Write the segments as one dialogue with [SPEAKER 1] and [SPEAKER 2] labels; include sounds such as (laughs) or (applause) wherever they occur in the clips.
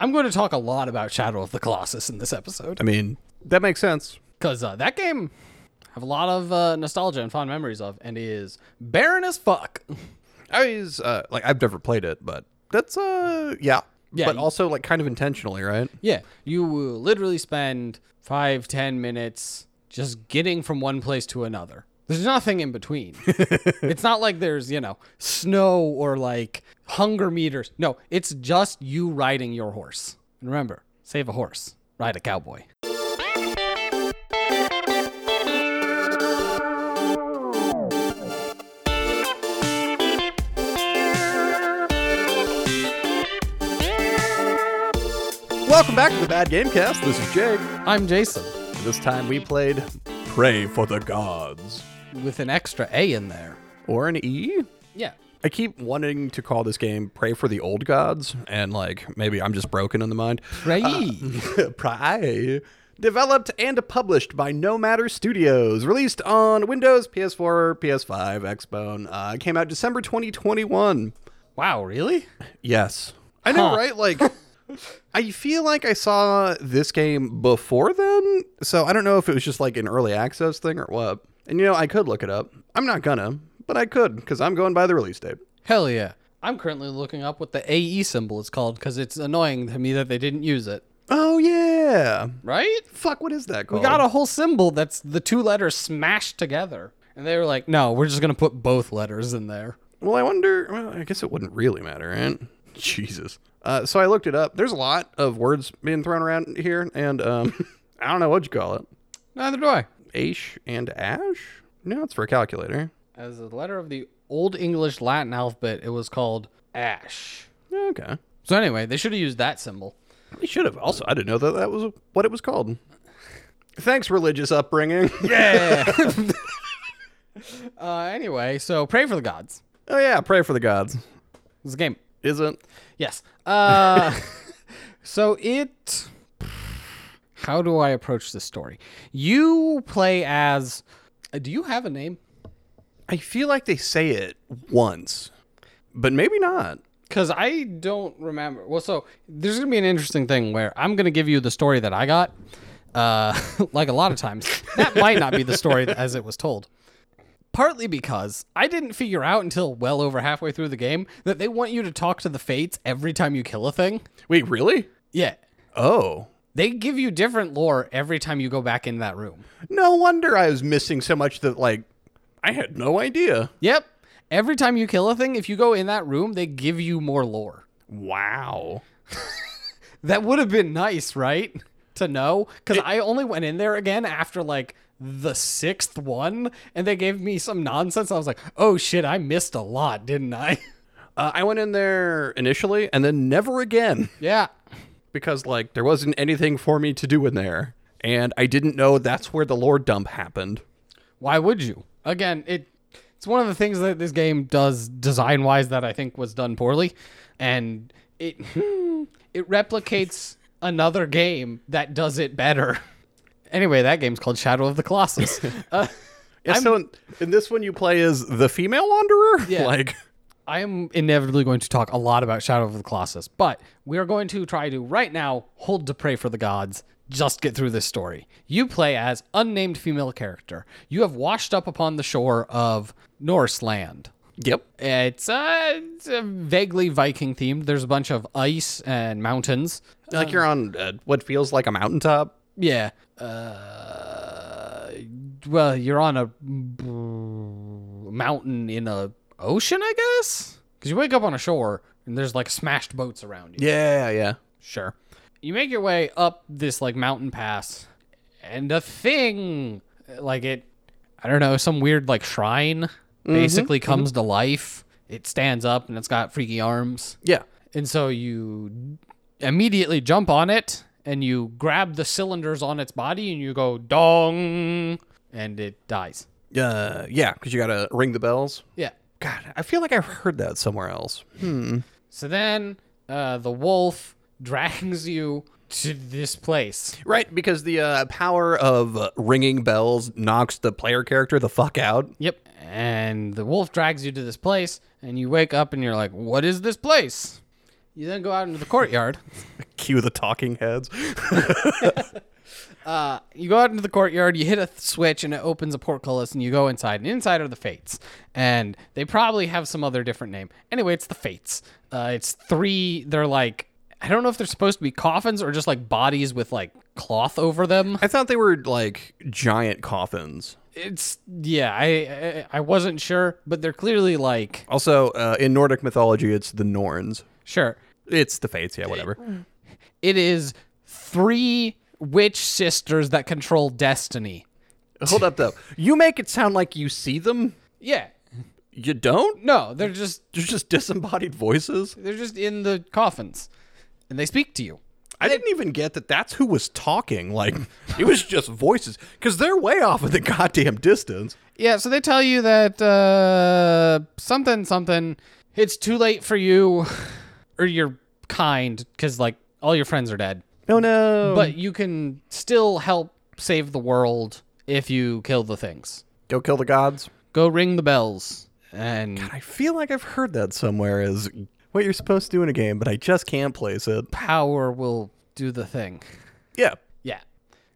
[SPEAKER 1] I'm going to talk a lot about Shadow of the Colossus in this episode
[SPEAKER 2] I mean, that makes sense.
[SPEAKER 1] because uh, that game I have a lot of uh, nostalgia and fond memories of, and is barren as fuck. (laughs)
[SPEAKER 2] I was uh, like, I've never played it, but that's uh, yeah,
[SPEAKER 1] Yeah,
[SPEAKER 2] but
[SPEAKER 1] you-
[SPEAKER 2] also like kind of intentionally, right?
[SPEAKER 1] Yeah, you will literally spend five, ten minutes just getting from one place to another. There's nothing in between. it's not like there's, you know, snow or like hunger meters. No, it's just you riding your horse. And remember, save a horse, ride a cowboy.
[SPEAKER 2] Welcome back to the Bad Gamecast. This is Jake.
[SPEAKER 1] I'm Jason
[SPEAKER 2] This time we played Pray for the Gods
[SPEAKER 1] with an extra A in there.
[SPEAKER 2] or an E.
[SPEAKER 1] Yeah.
[SPEAKER 2] I keep wanting to call this game Pray for the Old Gods, and like maybe I'm just broken in the mind. (laughs)
[SPEAKER 1] Pray.
[SPEAKER 2] Pry. Developed and published by No Matter Studios. Released on Windows, PS4, PS5, Xbone. Uh, came out December 2021.
[SPEAKER 1] wow, really?
[SPEAKER 2] Yes. I know,
[SPEAKER 1] Huh.
[SPEAKER 2] right? Like, (laughs) I feel like I saw this game before then. So I don't know if it was just like an early access thing or what. And, you know, I could look it up. I'm not gonna, but I could because I'm going by the release date.
[SPEAKER 1] Hell yeah. I'm currently looking up what the AE symbol is called because it's annoying to me that they didn't use it.
[SPEAKER 2] Oh, yeah.
[SPEAKER 1] Right?
[SPEAKER 2] Fuck, what is that called?
[SPEAKER 1] We got a whole symbol that's the two letters smashed together. And they were like, no, we're just going to put both letters in there.
[SPEAKER 2] Well, I wonder. Well, I guess it wouldn't really matter, right? (laughs) Jesus. Uh, so I looked it up. There's a lot of words being thrown around here, and um, (laughs) I don't know what you call it.
[SPEAKER 1] Neither do I.
[SPEAKER 2] Aish and ash? No, it's for a calculator.
[SPEAKER 1] As a letter of the Old English Latin alphabet, it was called ash.
[SPEAKER 2] Okay.
[SPEAKER 1] So anyway, they should have used that symbol.
[SPEAKER 2] We should have. Also, I didn't know that that was what it was called. Thanks, religious (laughs) upbringing.
[SPEAKER 1] Yeah. (laughs) uh, anyway, so pray for the gods.
[SPEAKER 2] oh yeah, pray for the gods.
[SPEAKER 1] This game.
[SPEAKER 2] Isn't?
[SPEAKER 1] Yes. Uh, (laughs) so it. How do I approach this story? You play as. Do you have a name?
[SPEAKER 2] I feel like they say it once, but maybe not.
[SPEAKER 1] Because I don't remember. Well, so there's going to be an interesting thing where I'm going to give you the story that I got. Uh, (laughs) like a lot of times, that might not be the story (laughs) as it was told. Partly because I didn't figure out until well over halfway through the game that they want you to talk to the fates every time you kill a thing.
[SPEAKER 2] Wait, really?
[SPEAKER 1] Yeah.
[SPEAKER 2] Oh.
[SPEAKER 1] They give you different lore every time you go back in that room.
[SPEAKER 2] No wonder I was missing so much that like I had no idea.
[SPEAKER 1] Yep. Every time you kill a thing, if you go in that room, they give you more lore.
[SPEAKER 2] Wow.
[SPEAKER 1] That would have been nice, right? (laughs) To know. Because I only went in there again after like the sixth one and they gave me some nonsense. I was like, oh shit, I missed a lot, didn't I? (laughs)
[SPEAKER 2] Uh, I went in there initially and then never again (laughs)
[SPEAKER 1] yeah.
[SPEAKER 2] because like there wasn't anything for me to do in there and I didn't know that's where the lore dump happened.
[SPEAKER 1] Why would you? Again, it it's one of the things that this game does design wise that I think was done poorly. And it (laughs) it replicates another game that does it better. (laughs) Anyway, that game's called Shadow of the Colossus. uh,
[SPEAKER 2] Yeah, so in, in this one you play as the female wanderer? (laughs)
[SPEAKER 1] Yeah.
[SPEAKER 2] Like
[SPEAKER 1] I am inevitably going to talk a lot about Shadow of the Colossus, but we are going to try to right now hold to pray for the gods. Just get through this story. You play as unnamed female character. You have washed up upon the shore of Norse land.
[SPEAKER 2] Yep.
[SPEAKER 1] It's, uh, it's uh, vaguely Viking themed. There's a bunch of ice and mountains.
[SPEAKER 2] Like you're on uh, what feels like a mountaintop.
[SPEAKER 1] Yeah. Uh, well, you're on a b- mountain in a ocean, I guess. Because you wake up on a shore and there's like smashed boats around you.
[SPEAKER 2] Yeah, yeah.
[SPEAKER 1] Sure. You make your way up this like mountain pass, and a thing, like it, I don't know, some weird like shrine basically comes to life. It stands up and it's got freaky arms.
[SPEAKER 2] Yeah.
[SPEAKER 1] And so you immediately jump on it and you grab the cylinders on its body and you go dong and it dies.
[SPEAKER 2] Uh, yeah, because you gotta ring the bells.
[SPEAKER 1] Yeah.
[SPEAKER 2] God, I feel like I've heard that somewhere else.
[SPEAKER 1] So then uh, the wolf (laughs) drags you to this place.
[SPEAKER 2] Right, because the uh, power of uh, ringing bells knocks the player character the fuck out.
[SPEAKER 1] Yep. And the wolf drags you to this place and you wake up and you're like, what is this place? You then go out into the courtyard.
[SPEAKER 2] Cue the talking heads.
[SPEAKER 1] Uh, you go out into the courtyard, you hit a th- switch, and it opens a portcullis, and you go inside. And inside are the Fates. And they probably have some other different name. Anyway, it's the Fates. Uh, it's three, they're like, I don't know if they're supposed to be coffins or just like bodies with like cloth over them.
[SPEAKER 2] I thought they were like giant coffins.
[SPEAKER 1] It's, yeah, I, I, I wasn't sure, but they're clearly like,
[SPEAKER 2] Also, uh, in Nordic mythology, it's the Norns.
[SPEAKER 1] sure.
[SPEAKER 2] It's the Fates. Yeah, whatever.
[SPEAKER 1] It is three witch sisters that control destiny.
[SPEAKER 2] Hold up, though. You make it sound like you see them.
[SPEAKER 1] Yeah.
[SPEAKER 2] You don't.
[SPEAKER 1] No, they're just
[SPEAKER 2] They're just disembodied voices.
[SPEAKER 1] they're just in the coffins and they speak to you.
[SPEAKER 2] I didn't even get that that's who was talking. Like, it was just voices. Because they're way off of the goddamn distance.
[SPEAKER 1] Yeah, so they tell you that uh, something, something, it's too late for you or your kind because, like, all your friends are dead.
[SPEAKER 2] Oh, no.
[SPEAKER 1] But you can still help save the world if you kill the things.
[SPEAKER 2] Go kill the gods.
[SPEAKER 1] Go ring the bells. And
[SPEAKER 2] I feel like I've heard that somewhere is what you're supposed to do in a game, but I just can't place it.
[SPEAKER 1] power will do the thing.
[SPEAKER 2] Yeah.
[SPEAKER 1] Yeah.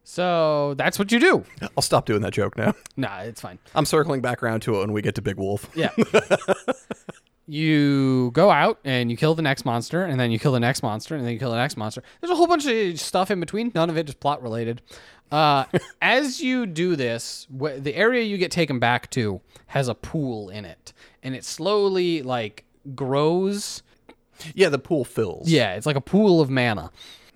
[SPEAKER 1] So that's what you do.
[SPEAKER 2] I'll stop doing that joke now.
[SPEAKER 1] Nah, it's fine.
[SPEAKER 2] I'm circling back around to it when we get to Big Wolf.
[SPEAKER 1] Yeah. you go out and you kill the next monster, and then you kill the next monster, and then you kill the next monster. There's a whole bunch of stuff in between. None of it is plot related. Uh, as you do this, wh- the area you get taken back to has a pool in it, and it slowly like grows.
[SPEAKER 2] Yeah, the pool fills.
[SPEAKER 1] Yeah, it's like a pool of mana.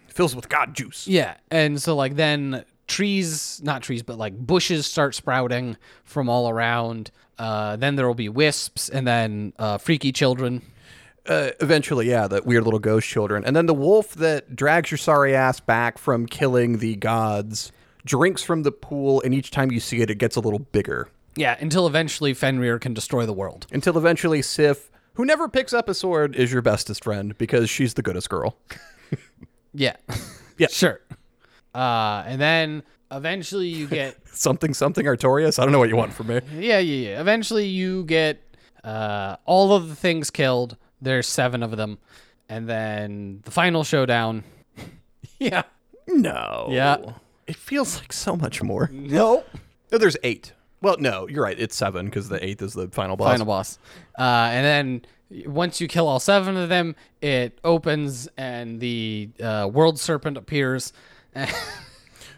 [SPEAKER 2] Fills with god juice.
[SPEAKER 1] Yeah, and so like then trees, not trees, but like bushes start sprouting from all around. Uh, then there will be wisps, and then uh, freaky children.
[SPEAKER 2] Uh, eventually, yeah, the weird little ghost children. And then the wolf that drags your sorry ass back from killing the gods drinks from the pool, and each time you see it, it gets a little bigger.
[SPEAKER 1] Yeah, until eventually Fenrir can destroy the world.
[SPEAKER 2] Until eventually, Sif, who never picks up a sword, is your bestest friend because she's the goodest girl. (laughs)
[SPEAKER 1] (laughs) Yeah.
[SPEAKER 2] Yeah.
[SPEAKER 1] Sure. Uh, and then eventually you get (laughs)
[SPEAKER 2] Something, something, Artorias. I don't know what you want from me.
[SPEAKER 1] yeah, yeah, yeah. Eventually you get uh, all of the things killed. There's seven of them. And then the final showdown. (laughs) yeah.
[SPEAKER 2] No.
[SPEAKER 1] Yeah.
[SPEAKER 2] It feels like so much more.
[SPEAKER 1] Nope.
[SPEAKER 2] No, there's eight. Well, no, you're right. It's seven because the eighth is the final boss.
[SPEAKER 1] Final boss. Uh, and then once you kill all seven of them, it opens and the uh, world serpent appears.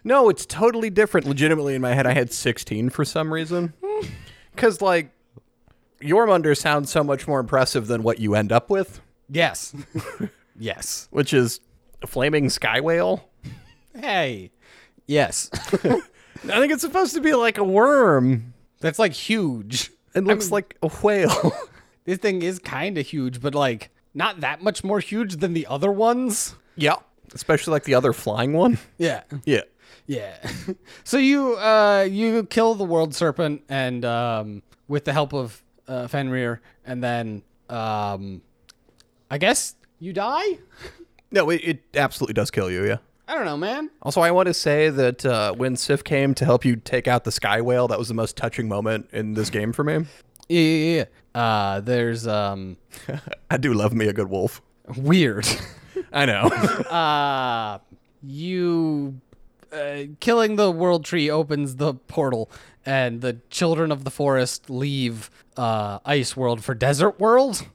[SPEAKER 2] No, it's totally different. Legitimately, in my head, I had 16 for some (laughs) reason. Because, like, Jormunder sounds so much more impressive than what you end up with,
[SPEAKER 1] yes. (laughs) yes.
[SPEAKER 2] which is a flaming sky whale.
[SPEAKER 1] Hey. Yes.
[SPEAKER 2] I think it's supposed to be like a worm.
[SPEAKER 1] (laughs) That's like huge.
[SPEAKER 2] It looks like a whale. (laughs)
[SPEAKER 1] This thing is kind of huge, but like not that much more huge than the other ones.
[SPEAKER 2] yeah. Especially like the other flying one.
[SPEAKER 1] Yeah.
[SPEAKER 2] Yeah.
[SPEAKER 1] Yeah. (laughs) so you uh you kill the world serpent and um with the help of uh, Fenrir and then um I guess you die?
[SPEAKER 2] No, it, it absolutely does kill you, yeah.
[SPEAKER 1] I don't know, man.
[SPEAKER 2] Also, I want to say that uh, when Sif came to help you take out the sky whale, that was the most touching moment in this game for me.
[SPEAKER 1] Yeah, yeah, yeah. Uh there's um
[SPEAKER 2] I do love me a good wolf.
[SPEAKER 1] weird. (laughs)
[SPEAKER 2] I know. (laughs)
[SPEAKER 1] uh you uh, killing the world tree opens the portal and the children of the forest leave uh ice world for desert world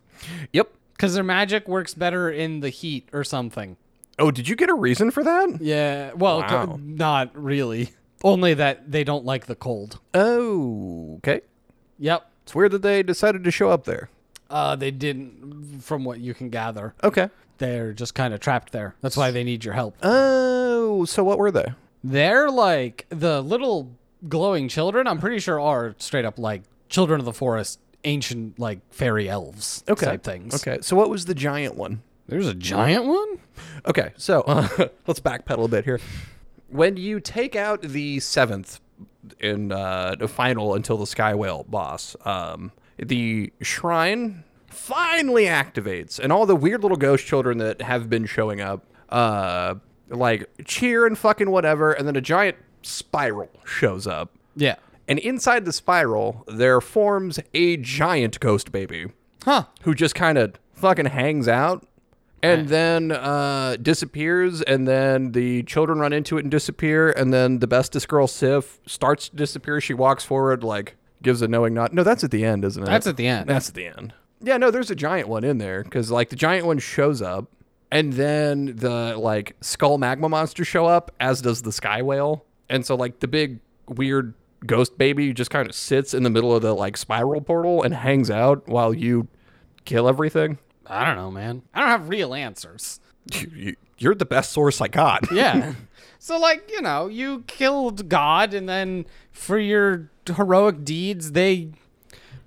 [SPEAKER 2] yep.
[SPEAKER 1] cuz their magic works better in the heat or something.
[SPEAKER 2] Oh, did you get a reason for that?
[SPEAKER 1] Yeah, well, co-
[SPEAKER 2] Wow.
[SPEAKER 1] not really. Only that they don't like the cold.
[SPEAKER 2] Oh, okay.
[SPEAKER 1] Yep.
[SPEAKER 2] It's weird that they decided to show up there.
[SPEAKER 1] Uh they didn't from what you can gather.
[SPEAKER 2] Okay.
[SPEAKER 1] They're just kind of trapped there. That's why they need your help.
[SPEAKER 2] Oh, so what were they?
[SPEAKER 1] They're like the little glowing children. I'm pretty sure are straight up like children of the forest, ancient like fairy elves
[SPEAKER 2] Okay.
[SPEAKER 1] type things.
[SPEAKER 2] Okay. So what was the giant one?
[SPEAKER 1] There's a giant one.
[SPEAKER 2] Okay. So (laughs) uh, let's backpedal a bit here. When you take out the seventh in uh, the final until the sky whale boss, um, the shrine finally activates, and all the weird little ghost children that have been showing up, uh, like cheer and fucking whatever, and then a giant spiral shows up.
[SPEAKER 1] Yeah.
[SPEAKER 2] And inside the spiral, there forms a giant ghost baby
[SPEAKER 1] Huh.
[SPEAKER 2] who just kind of fucking hangs out. and then uh, disappears, and then the children run into it and disappear, and then the bestest girl Sif starts to disappear. She walks forward, like gives a knowing nod. No, that's at the end, isn't it?
[SPEAKER 1] That's at the end.
[SPEAKER 2] That's at the end. Yeah, no, there's a giant one in there because like the giant one shows up, and then the like skull magma monster show up, as does the sky whale, and so like the big weird ghost baby just kind of sits in the middle of the like spiral portal and hangs out while you kill everything.
[SPEAKER 1] I don't know, man. I don't have real answers.
[SPEAKER 2] (laughs) You- you- You're the best source I (laughs)
[SPEAKER 1] (laughs)
[SPEAKER 2] got.
[SPEAKER 1] Yeah. so like, you know, you killed God and then for your heroic deeds they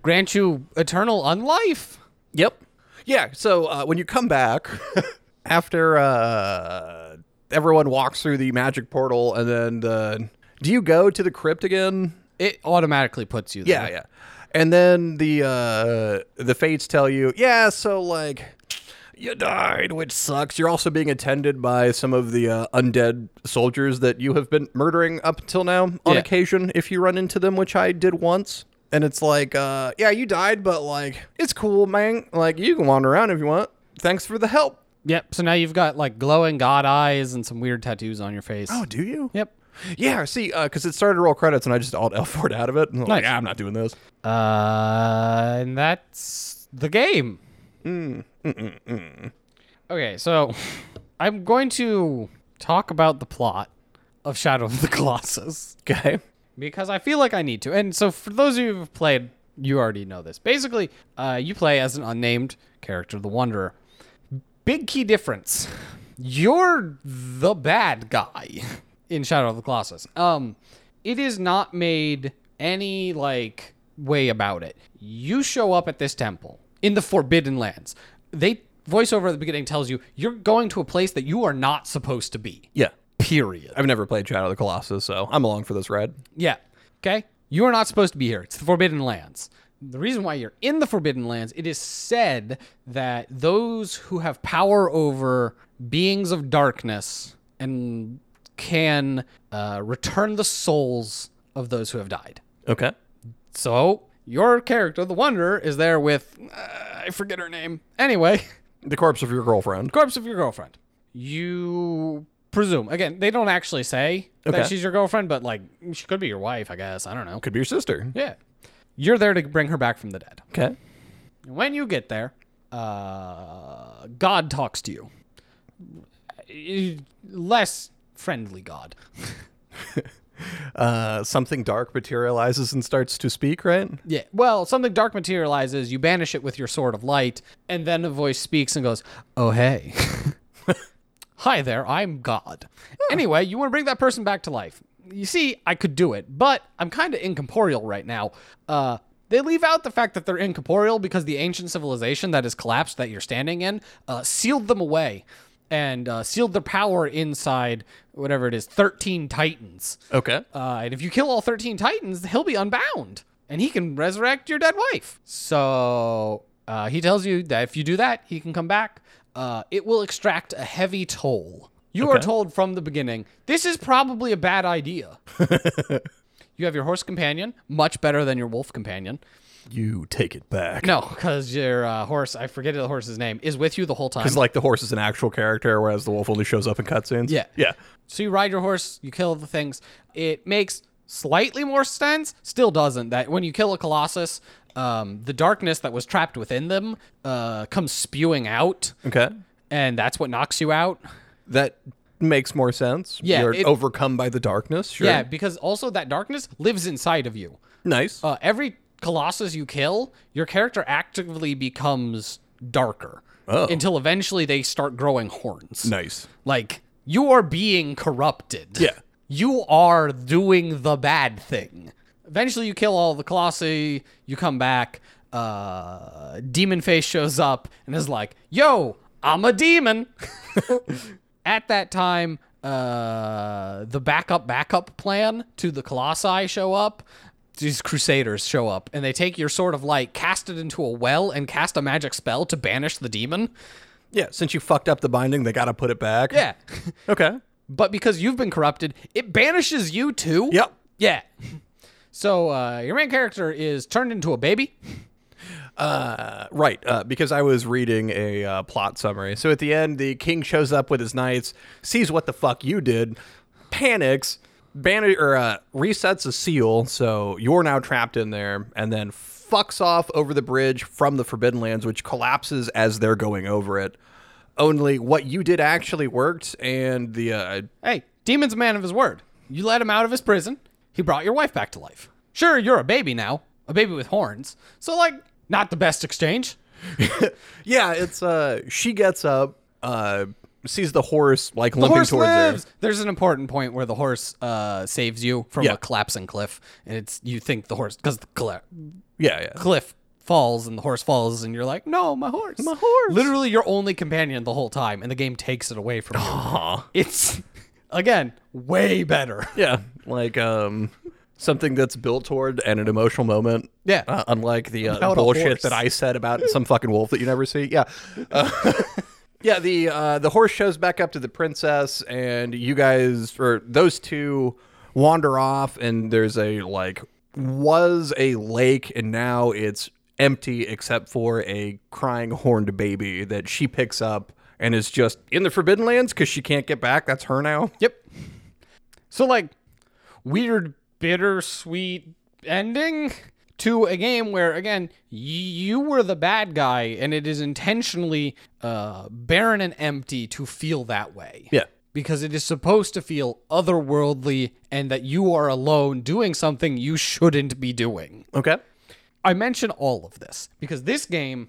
[SPEAKER 1] grant you eternal unlife.
[SPEAKER 2] Yep. Yeah. So uh, when you come back (laughs) after uh, everyone walks through the magic portal, and then the do you go to the crypt again?
[SPEAKER 1] It automatically puts you there.
[SPEAKER 2] Yeah, yeah. And then the uh, the fates tell you, yeah, so like you died, which sucks. You're also being attended by some of the uh, undead soldiers that you have been murdering up until now on
[SPEAKER 1] Yeah.
[SPEAKER 2] occasion if you run into them, which I did once. And it's like, uh, yeah, you died, but like it's cool, man. Like you can wander around if you want. Thanks for the help.
[SPEAKER 1] Yep. So now you've got like glowing God eyes and some weird tattoos on your face.
[SPEAKER 2] Oh, do you?
[SPEAKER 1] Yep.
[SPEAKER 2] Yeah, see, because it started to roll credits and I just alt (laughs) L4 out of it. And I'm like,
[SPEAKER 1] Nice.
[SPEAKER 2] "Ah, I'm not doing those.
[SPEAKER 1] Uh, and that's the game. Okay, so (laughs) I'm going to talk about the plot of Shadow of the Colossus
[SPEAKER 2] (laughs) Okay.
[SPEAKER 1] because I feel like I need to. And so, for those of you who've played, you already know this. Basically, uh, you play as an unnamed character, the Wanderer. Big key difference: you're the bad guy in Shadow of the Colossus. Um, it is not made any like way about it. You show up at this temple in the Forbidden Lands. They voiceover at the beginning tells you you're going to a place that you are not supposed to be.
[SPEAKER 2] Yeah.
[SPEAKER 1] Period.
[SPEAKER 2] I've never played Shadow of the Colossus, so I'm along for this ride.
[SPEAKER 1] Yeah. Okay. You are not supposed to be here. It's the Forbidden Lands. The reason why you're in the Forbidden Lands, it is said that those who have power over beings of darkness and can uh, return the souls of those who have died.
[SPEAKER 2] Okay.
[SPEAKER 1] So your character, the Wanderer, is there with uh, I forget her name. Anyway, (laughs)
[SPEAKER 2] The corpse of your girlfriend.
[SPEAKER 1] corpse of your girlfriend. You presume again. They don't actually say that
[SPEAKER 2] Okay.
[SPEAKER 1] she's your girlfriend, but like she could be your wife. I guess I don't know.
[SPEAKER 2] Could be your sister.
[SPEAKER 1] Yeah. You're there to bring her back from the dead.
[SPEAKER 2] Okay.
[SPEAKER 1] When you get there, uh, God talks to you. Eh, Less friendly God.
[SPEAKER 2] Uh, something dark materializes and starts to speak, right?
[SPEAKER 1] Yeah. Well, something dark materializes, you banish it with your sword of light, and then a voice speaks and goes, Oh, hey. (laughs) Hi there, I'm God. Anyway, you want to bring that person back to life. You see, I could do it, but I'm kind of incorporeal right now. Uh, they leave out the fact that they're incorporeal because the ancient civilization that has collapsed that you're standing in uh, sealed them away and uh, sealed their power inside whatever it is 13 titans.
[SPEAKER 2] Okay.
[SPEAKER 1] Uh, and if you kill all 13 titans, he'll be unbound and he can resurrect your dead wife. So uh, he tells you that if you do that, he can come back. Uh, it will extract a heavy toll. You are told from the beginning, this is probably a bad idea. you have your horse companion, much better than your wolf companion.
[SPEAKER 2] You take it back.
[SPEAKER 1] No, because your uh, horse, I forget the horse's name, is with you the whole time.
[SPEAKER 2] It's like the horse is an actual character, whereas the wolf only shows up in cutscenes.
[SPEAKER 1] Yeah.
[SPEAKER 2] Yeah.
[SPEAKER 1] So you ride your horse, you kill the things. It makes slightly more sense, still doesn't. That when you kill a colossus, um, the darkness that was trapped within them uh, comes spewing out,
[SPEAKER 2] Okay.
[SPEAKER 1] and that's what knocks you out.
[SPEAKER 2] That makes more sense.
[SPEAKER 1] Yeah,
[SPEAKER 2] You're
[SPEAKER 1] it-
[SPEAKER 2] overcome by the darkness. Sure.
[SPEAKER 1] Yeah, because also that darkness lives inside of you.
[SPEAKER 2] Nice.
[SPEAKER 1] Uh, every colossus you kill, your character actively becomes darker
[SPEAKER 2] Oh.
[SPEAKER 1] until eventually they start growing horns.
[SPEAKER 2] nice.
[SPEAKER 1] Like you are being corrupted.
[SPEAKER 2] Yeah.
[SPEAKER 1] You are doing the bad thing. Eventually you kill all the Colossi, you come back, uh Demon Face shows up and is like, "Yo, I'm a demon." At that time, uh the backup backup plan to the Colossi show up. These crusaders show up and they take your sword of light, cast it into a well, and cast a magic spell to banish the demon.
[SPEAKER 2] Yeah. Since you fucked up the binding, they got to put it back.
[SPEAKER 1] Yeah.
[SPEAKER 2] Okay.
[SPEAKER 1] but because you've been corrupted, it banishes you too.
[SPEAKER 2] Yep.
[SPEAKER 1] Yeah. So uh, your main character is turned into a baby,
[SPEAKER 2] Uh, right, uh, because I was reading a uh, plot summary. So at the end, the king shows up with his knights, sees what the fuck you did, panics, ban- or uh, resets a seal, so you're now trapped in there, and then fucks off over the bridge from the Forbidden Lands, which collapses as they're going over it. Only what you did actually worked, and the uh,
[SPEAKER 1] Hey, Demon's a man of his word. You let him out of his prison. He brought your wife back to life. Sure, you're a baby now, a baby with horns. So, like, not the best exchange.
[SPEAKER 2] yeah, it's uh, she gets up, uh, sees the horse like limping
[SPEAKER 1] Horse
[SPEAKER 2] towards her.
[SPEAKER 1] lives. There's an important point where the horse uh, saves you from
[SPEAKER 2] Yeah.
[SPEAKER 1] a collapsing cliff, and it's you think the horse because the cla-
[SPEAKER 2] Yeah, yeah.
[SPEAKER 1] cliff falls and the horse falls, and you're like, no, my horse, my
[SPEAKER 2] horse."
[SPEAKER 1] Literally, your only companion the whole time, and the game takes it away from you.
[SPEAKER 2] Aw.
[SPEAKER 1] (gasps) It's (laughs) again way better.
[SPEAKER 2] Yeah, like um, something that's built toward and an emotional moment.
[SPEAKER 1] Yeah.
[SPEAKER 2] Uh, unlike the uh,
[SPEAKER 1] About a
[SPEAKER 2] bullshit
[SPEAKER 1] horse.
[SPEAKER 2] that I said about some fucking wolf that you never see. Yeah. Uh, (laughs) yeah, the uh, the horse shows back up to the princess, and you guys or those two wander off, and there's a like was a lake, and now it's empty except for a crying horned baby that she picks up and is just in the forbidden lands because she can't get back. That's her now.
[SPEAKER 1] (laughs) Yep. So like weird bittersweet ending to a game where again y- you were the bad guy and it is intentionally uh, barren and empty to feel that way
[SPEAKER 2] Yeah.
[SPEAKER 1] because it is supposed to feel otherworldly and that you are alone doing something you shouldn't be doing.
[SPEAKER 2] Okay.
[SPEAKER 1] I mention all of this because this game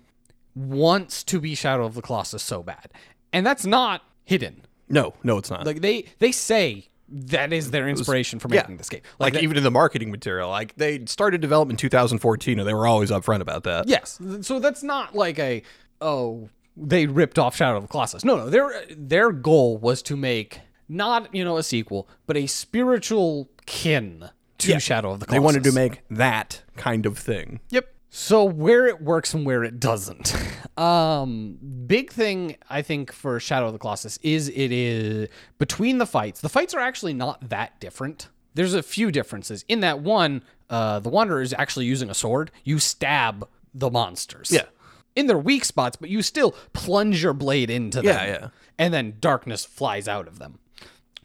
[SPEAKER 1] wants to be Shadow of the Colossus so bad. And that's not hidden.
[SPEAKER 2] No, no, it's not.
[SPEAKER 1] Like they they say that is their inspiration for making this game. Like,
[SPEAKER 2] like even in the marketing material like they started development in 2014 and they were always upfront about that
[SPEAKER 1] yes, Th- so that's not like a oh they ripped off Shadow of the Colossus. No, no, their their goal was to make not you know a sequel, but a spiritual kin to Shadow of the
[SPEAKER 2] they
[SPEAKER 1] Colossus.
[SPEAKER 2] wanted to make that kind of thing
[SPEAKER 1] Yep. So where it works and where it doesn't. (laughs) Um big thing I think for Shadow of the Colossus is it is between the fights. The fights are actually not that different. There's a few differences. In that one, uh the wanderer is actually using a sword. You stab the monsters.
[SPEAKER 2] Yeah.
[SPEAKER 1] In their weak spots, but you still plunge your blade into them.
[SPEAKER 2] Yeah, yeah.
[SPEAKER 1] And then darkness flies out of them.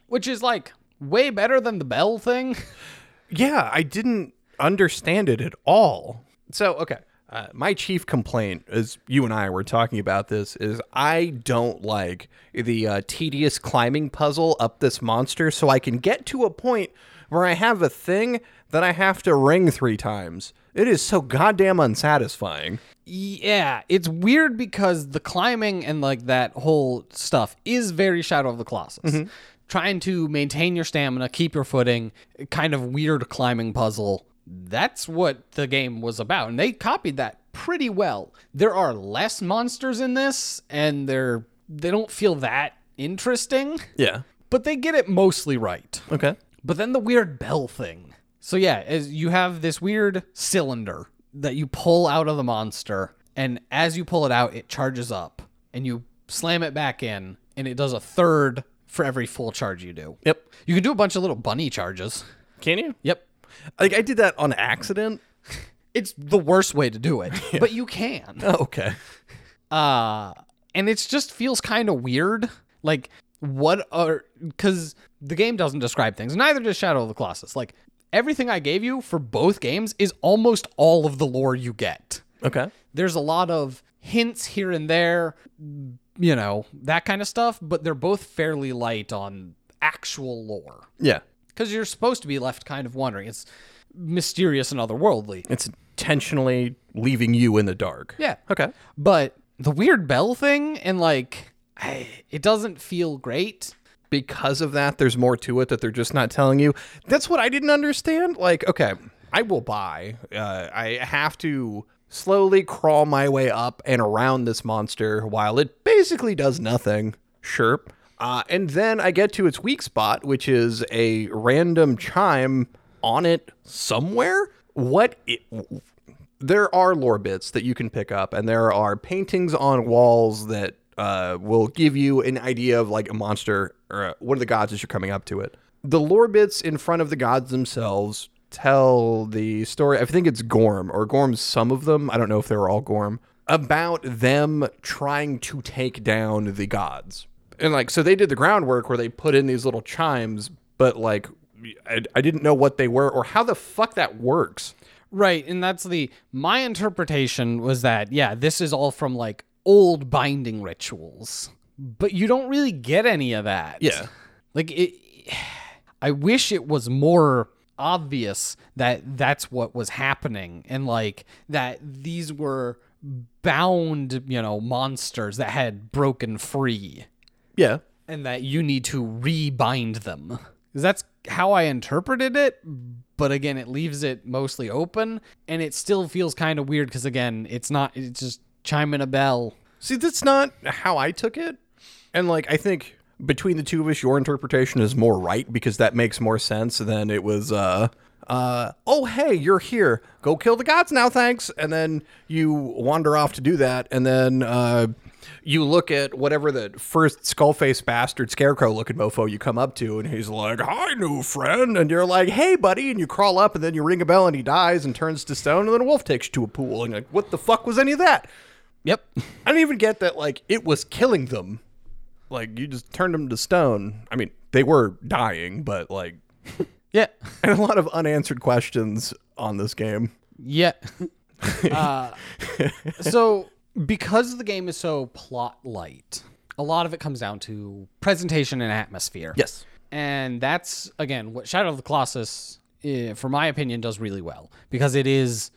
[SPEAKER 1] Which is like way better than the bell thing. (laughs)
[SPEAKER 2] yeah i didn't understand it at all so okay uh, my chief complaint as you and i were talking about this is i don't like the uh, tedious climbing puzzle up this monster so i can get to a point where i have a thing that i have to ring three times it is so goddamn unsatisfying
[SPEAKER 1] Yeah, it's weird because the climbing and like that whole stuff is very Shadow of the Colossus. Trying to maintain your stamina, keep your footing, kind of weird climbing puzzle. That's what the game was about. And they copied that pretty well. There are less monsters in this and they're they don't feel that interesting,
[SPEAKER 2] yeah
[SPEAKER 1] but they get it mostly right.
[SPEAKER 2] okay
[SPEAKER 1] But then the weird bell thing. So yeah, as you have this weird cylinder that you pull out of the monster, and as you pull it out, it charges up, and you slam it back in, and it does a third for every full charge you do.
[SPEAKER 2] yep
[SPEAKER 1] You can do a bunch of little bunny charges.
[SPEAKER 2] Can you?
[SPEAKER 1] Yep.
[SPEAKER 2] Like I did that on accident.
[SPEAKER 1] It's the worst way to do it, but you can.
[SPEAKER 2] Oh, okay.
[SPEAKER 1] Uh and it's just feels kind of weird. Like what are cuz the game doesn't describe things. Neither does Shadow of the Colossus. Like everything I gave you for both games is almost all of the lore you get.
[SPEAKER 2] Okay.
[SPEAKER 1] There's a lot of hints here and there, you know, that kind of stuff, but they're both fairly light on actual lore
[SPEAKER 2] Yeah.
[SPEAKER 1] cuz you're supposed to be left kind of wondering. It's mysterious and otherworldly.
[SPEAKER 2] It's intentionally leaving you in the dark.
[SPEAKER 1] Yeah.
[SPEAKER 2] Okay.
[SPEAKER 1] But the weird bell thing and like I, it doesn't feel great.
[SPEAKER 2] Because of that, there's more to it that they're just not telling you. That's what I didn't understand. Like, okay, I will buy. Uh, I have to slowly crawl my way up and around this monster while it basically does nothing. Sure. Uh, and then I get to its weak spot, which is a random chime on it somewhere. What? It, there are lore bits that you can pick up, and there are paintings on walls that uh, will give you an idea of like a monster or uh, one of the gods as you're coming up to it. The lore bits in front of the gods themselves tell the story. I think it's Gorm or Gorm's some of them. I don't know if they were all Gorm about them trying to take down the gods. And like, so they did the groundwork where they put in these little chimes, but like, I, I didn't know what they were or how the fuck that works.
[SPEAKER 1] Right, and that's the my interpretation was that yeah, this is all from like old binding rituals, but you don't really get any of that.
[SPEAKER 2] Yeah.
[SPEAKER 1] like it. (sighs) I wish it was more obvious that that's what was happening, and like that these were bound, you know, monsters that had broken free,
[SPEAKER 2] Yeah.
[SPEAKER 1] and that you need to rebind them. 'Cause that's how I interpreted it. But again, it leaves it mostly open, and it still feels kind of weird because again, it's not. It's just chiming a bell.
[SPEAKER 2] See, that's not how I took it. And like, I think between the two of us, your interpretation is more right because that makes more sense than it was, uh, uh, oh, hey, you're here. Go kill the gods now, thanks. And then you wander off to do that. And then, uh, you look at whatever the first skull faced bastard scarecrow looking mofo you come up to, and he's like, Hi, new friend. And you're like, Hey, buddy. And you crawl up, and then you ring a bell, and he dies and turns to stone. And then a wolf takes you to a pool. And you're like, What the fuck was any of that?
[SPEAKER 1] Yep.
[SPEAKER 2] I don't even get that like it was killing them. Like you just turned them to stone. I mean, they were dying, but like (laughs)
[SPEAKER 1] Yeah.
[SPEAKER 2] and a lot of unanswered questions on this game.
[SPEAKER 1] (laughs) Yeah. (laughs) Uh, so, because the game is so plot light, a lot of it comes down to presentation and atmosphere.
[SPEAKER 2] Yes.
[SPEAKER 1] And that's, again, what Shadow of the Colossus, eh, for my opinion, does really well because it is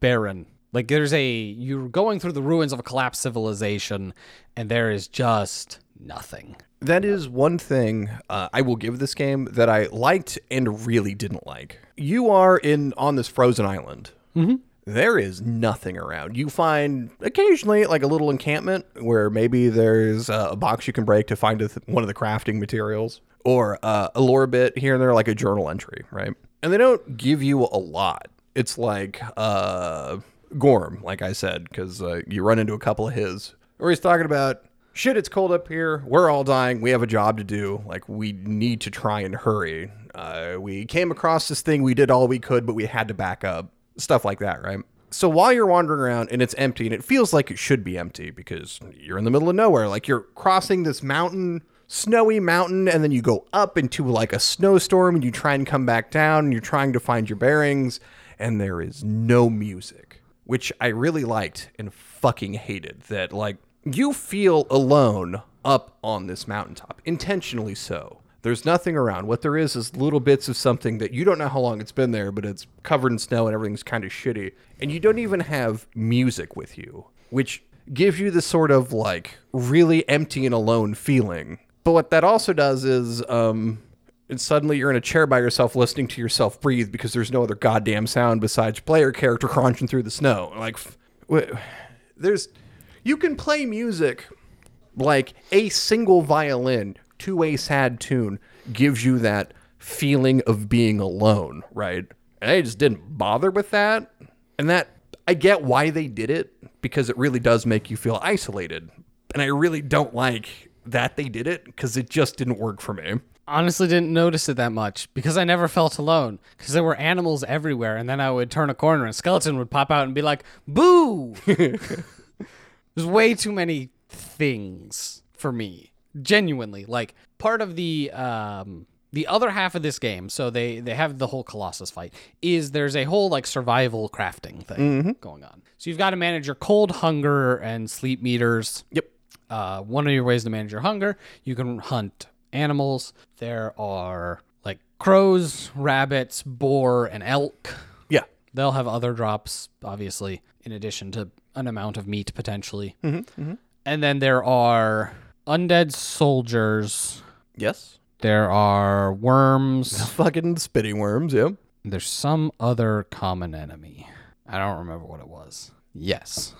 [SPEAKER 1] barren. Like, there's a, you're going through the ruins of a collapsed civilization, and there is just nothing.
[SPEAKER 2] That is one thing uh, I will give this game that I liked and really didn't like. You are in on this frozen island. Mm-hmm. is nothing around. You find occasionally like a little encampment where maybe there's uh, a box you can break to find a th- one of the crafting materials, or uh, a lore bit here and there, like a journal entry, right? And they don't give you a lot. It's like uh, Gorm, like I said, because uh, you run into a couple of his where he's talking about shit it's cold up here we're all dying we have a job to do like we need to try and hurry uh, we came across this thing we did all we could but we had to back up stuff like that right so while you're wandering around and it's empty and it feels like it should be empty because you're in the middle of nowhere like you're crossing this mountain snowy mountain and then you go up into like a snowstorm and you try and come back down and you're trying to find your bearings and there is no music which I really liked and fucking hated. That, like, you feel alone up on this mountaintop, intentionally so. There's nothing around. What there is is little bits of something that you don't know how long it's been there, but it's covered in snow and everything's kind of shitty. And you don't even have music with you, which gives you this sort of like really empty and alone feeling. But what that also does is um, and suddenly you're in a chair by yourself listening to yourself breathe because there's no other goddamn sound besides player character (laughs) crunching through the snow. Like, f- wh- there's, you can play music like a single violin to a sad tune gives you that feeling of being alone, right? And I just didn't bother with that. And that, I get why they did it because it really does make you feel isolated. And I really don't like that they did it because it just didn't work for me.
[SPEAKER 1] honestly didn't notice it that much because I never felt alone because there were animals everywhere. And then I would turn a corner and skeleton would pop out and be like, boo! There's way too many things for me. Genuinely, like part of the um the other half of this game, so they they have the whole colossus fight. Is there's a whole like survival crafting thing going on. So you've got to manage your cold, hunger, and sleep meters.
[SPEAKER 2] Yep.
[SPEAKER 1] Uh, one of your ways to manage your hunger, you can hunt animals. There are like crows, rabbits, boar, and elk.
[SPEAKER 2] Yeah.
[SPEAKER 1] They'll have other drops, obviously, in addition to an amount of meat potentially. mm-hmm. And then there are undead soldiers.
[SPEAKER 2] Yes.
[SPEAKER 1] There are (laughs) worms.
[SPEAKER 2] Fucking spitting worms, yeah.
[SPEAKER 1] There's some other common enemy. I don't remember what it was. Yes.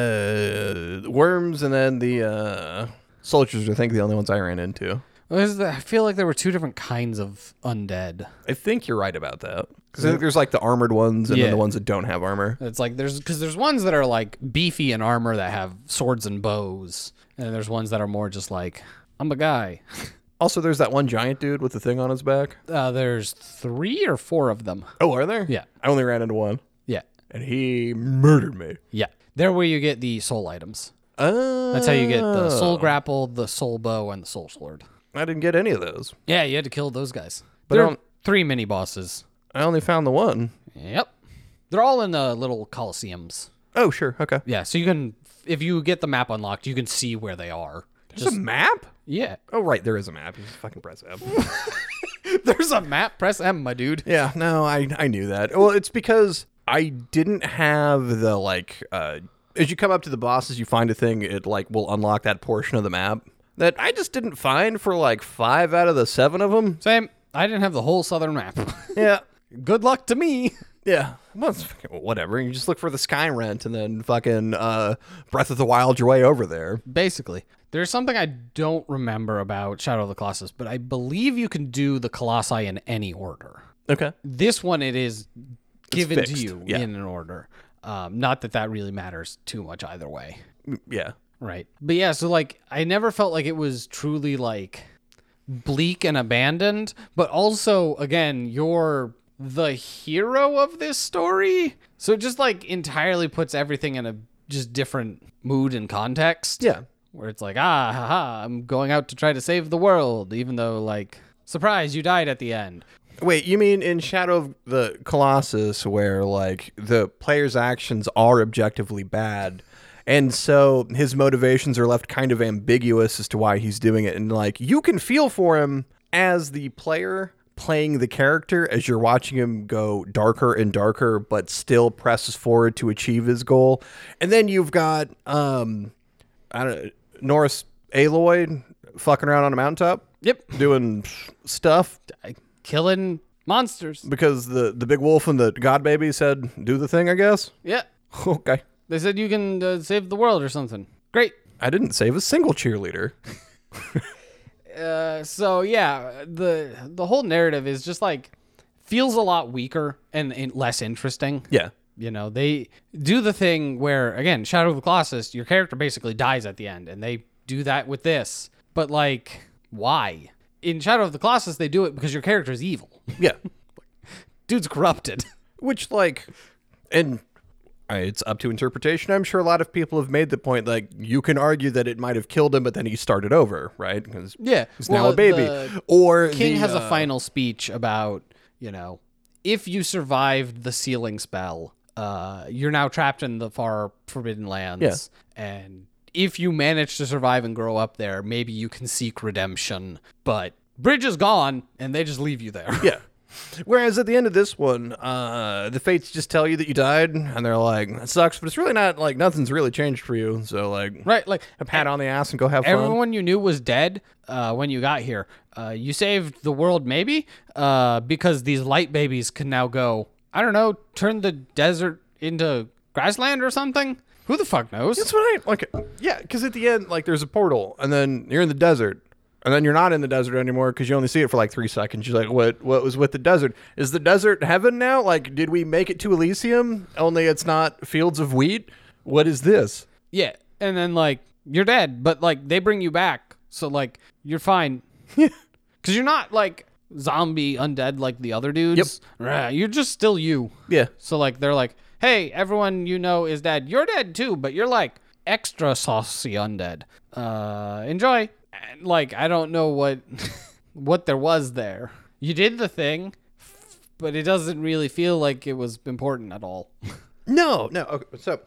[SPEAKER 2] Uh worms and then the uh soldiers are I think the only ones I ran into.
[SPEAKER 1] Was the- I feel like there were two different kinds of undead.
[SPEAKER 2] I think you're right about that. Cuz there's like the armored ones and then
[SPEAKER 1] Yeah.
[SPEAKER 2] the ones that don't have armor.
[SPEAKER 1] It's like there's because there's ones that are like beefy in armor that have swords and bows, and then there's ones that are more just like I'm a guy. (laughs)
[SPEAKER 2] Also, there's that one giant dude with the thing on his back.
[SPEAKER 1] Uh, there's three or four of them.
[SPEAKER 2] Oh, are there?
[SPEAKER 1] Yeah.
[SPEAKER 2] I only ran into one,
[SPEAKER 1] Yeah.
[SPEAKER 2] and he murdered me.
[SPEAKER 1] Yeah. They're where you get the soul items.
[SPEAKER 2] Oh,
[SPEAKER 1] That's how you get the soul grapple, the soul bow, and the soul sword.
[SPEAKER 2] Ah. I didn't get any of those.
[SPEAKER 1] Yeah, you had to kill those guys.
[SPEAKER 2] But
[SPEAKER 1] there are
[SPEAKER 2] I don't-
[SPEAKER 1] three mini bosses.
[SPEAKER 2] I only found the one.
[SPEAKER 1] Yep. They're all in the little coliseums.
[SPEAKER 2] Oh, sure. Okay.
[SPEAKER 1] Yeah, so you can if you get the map unlocked, you can see where they are.
[SPEAKER 2] There's a map?
[SPEAKER 1] Yeah. (laughs)
[SPEAKER 2] Oh, right. There is a map. You just fucking press M.
[SPEAKER 1] There's a map. Press M, my dude.
[SPEAKER 2] yeah. No, I, I knew that. Well, it's because I didn't have the, like, uh, as you come up to the bosses, you find a thing, it, like, will unlock that portion of the map that I just didn't find for, like, five out of the seven of them.
[SPEAKER 1] Same. I didn't have the whole southern map.
[SPEAKER 2] (laughs)
[SPEAKER 1] (laughs)
[SPEAKER 2] Yeah.
[SPEAKER 1] Good luck to me.
[SPEAKER 2] Yeah. Well, it's fucking whatever. You just look for the sky rent and then fucking uh, Breath of the Wild your way over there.
[SPEAKER 1] Basically, there's something I don't remember about Shadow of the Colossus, but I believe you can do the Colossi in any order.
[SPEAKER 2] Okay.
[SPEAKER 1] This one, it is given to
[SPEAKER 2] fixed,
[SPEAKER 1] you
[SPEAKER 2] yeah.
[SPEAKER 1] in an order. Um, not that that really matters too much either way.
[SPEAKER 2] Yeah.
[SPEAKER 1] Right. But yeah, so like I never felt like it was truly like bleak and abandoned, but also again, you're the hero of this story. So it just like entirely puts everything in a just different mood and context.
[SPEAKER 2] Yeah.
[SPEAKER 1] Where it's like, ah, ha, ha, I'm going out to try to save the world, even though like surprise, you died at the end.
[SPEAKER 2] Wait, you mean in Shadow of the Colossus, where like the player's actions are objectively bad, and so his motivations are left kind of ambiguous as to why he's doing it, and like you can feel for him as the player playing the character as you're watching him go darker and darker, but still presses forward to achieve his goal, and then you've got um, I don't know, Norris Aloy fucking around on a mountaintop.
[SPEAKER 1] Yep.
[SPEAKER 2] Doing stuff
[SPEAKER 1] I- Killing monsters.
[SPEAKER 2] because the the big wolf and the god baby said do the thing
[SPEAKER 1] (laughs)
[SPEAKER 2] i guess
[SPEAKER 1] Yeah.
[SPEAKER 2] okay
[SPEAKER 1] They said you can uh, save the world or something. Great.
[SPEAKER 2] i didn't save a single cheerleader
[SPEAKER 1] Uh, so yeah, the the whole narrative is just like feels a lot weaker and, and less interesting.
[SPEAKER 2] yeah
[SPEAKER 1] You know, they do the thing where again, Shadow of the Colossus, your character basically dies at the end, and they do that with this. But like, why? In Shadow of the Colossus, they do it because your character is evil. (laughs)
[SPEAKER 2] yeah
[SPEAKER 1] Dude's corrupted.
[SPEAKER 2] which like and I- it's up to interpretation i'm sure a lot of people have made the point like you can argue that it might have killed him but then he started over right because
[SPEAKER 1] (laughs) Yeah,
[SPEAKER 2] he's now
[SPEAKER 1] well,
[SPEAKER 2] a baby
[SPEAKER 1] the
[SPEAKER 2] or
[SPEAKER 1] King
[SPEAKER 2] the,
[SPEAKER 1] has
[SPEAKER 2] uh,
[SPEAKER 1] a final speech about you know, if you survived the sealing spell, uh, you're now trapped in the far forbidden lands, and if you manage to survive and grow up there, maybe you can seek redemption. But Bridge is gone, and they just leave you there.
[SPEAKER 2] yeah Whereas at the end of this one, uh, the fates just tell you that you died, and they're like, "That sucks," but it's really not like nothing's really changed for you. So like,
[SPEAKER 1] (laughs) right, like
[SPEAKER 2] a pat on the ass and go have fun.
[SPEAKER 1] everyone you knew was dead uh, when you got here. Uh, you saved the world, maybe, uh, because these light babies can now go. I don't know, turn the desert into grassland or something. Who the fuck knows?
[SPEAKER 2] That's what I like. Yeah, because at the end, like, there's a portal, and then you're in the desert, and then you're not in the desert anymore because you only see it for like three seconds. You're like, what? What was with the desert? Is the desert heaven now? Like, did we make it to Elysium? Only it's not fields of wheat. What is this?
[SPEAKER 1] Yeah, and then like you're dead, but like they bring you back, so like you're fine, because you're not like zombie undead like the other dudes. Rah, You're just still you.
[SPEAKER 2] Yeah,
[SPEAKER 1] So like they're like, hey, everyone you know is dead. You're dead too, but you're like extra saucy undead. Uh, enjoy. And, like I don't know what (laughs) what there was there. You did the thing, but it doesn't really feel like it was important at all.
[SPEAKER 2] No, no. Okay, so,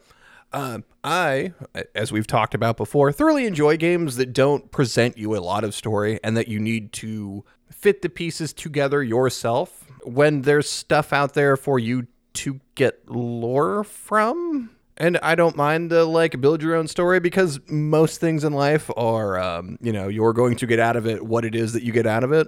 [SPEAKER 2] um, I, as we've talked about before, thoroughly enjoy games that don't present you a lot of story and that you need to fit the pieces together yourself when there's stuff out there for you to get lore from. And I don't mind the like build your own story because most things in life are, um, you know, you're going to get out of it what it is that you get out of it.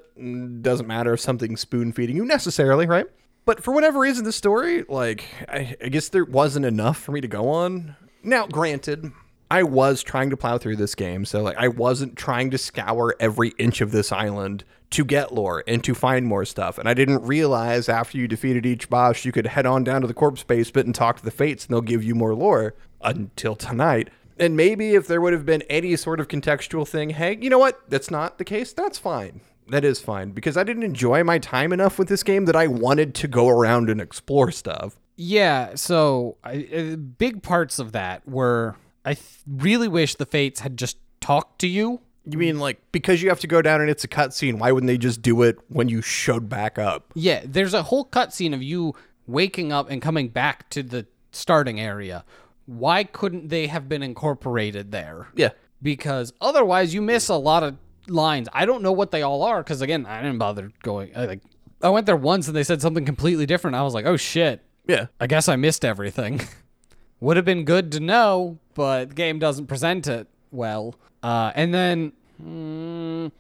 [SPEAKER 2] Doesn't matter if something's spoon feeding you necessarily, right? But for whatever reason, the story, like, I, I guess there wasn't enough for me to go on. Now, granted, I was trying to plow through this game, so like I wasn't trying to scour every inch of this island to get lore and to find more stuff. And I didn't realize after you defeated each boss, you could head on down to the corpse basement and talk to the fates, and they'll give you more lore until tonight. And maybe if there would have been any sort of contextual thing, hey, you know what? That's not the case. That's fine. That is fine because I didn't enjoy my time enough with this game that I wanted to go around and explore stuff.
[SPEAKER 1] Yeah, so I, uh, big parts of that were I th- really wish the Fates had just talked to you.
[SPEAKER 2] You mean like because you have to go down and it's a cutscene? Why wouldn't they just do it when you showed back up?
[SPEAKER 1] Yeah, there's a whole cutscene of you waking up and coming back to the starting area. Why couldn't they have been incorporated there?
[SPEAKER 2] Yeah,
[SPEAKER 1] Because otherwise, you miss a lot of lines. I don't know what they all are because again, I didn't bother going. I, like, I went there once and they said something completely different. I was like, oh shit,
[SPEAKER 2] yeah.
[SPEAKER 1] I guess I missed everything. (laughs) Would have been good to know, but the game doesn't present it well. Uh, and then, mm,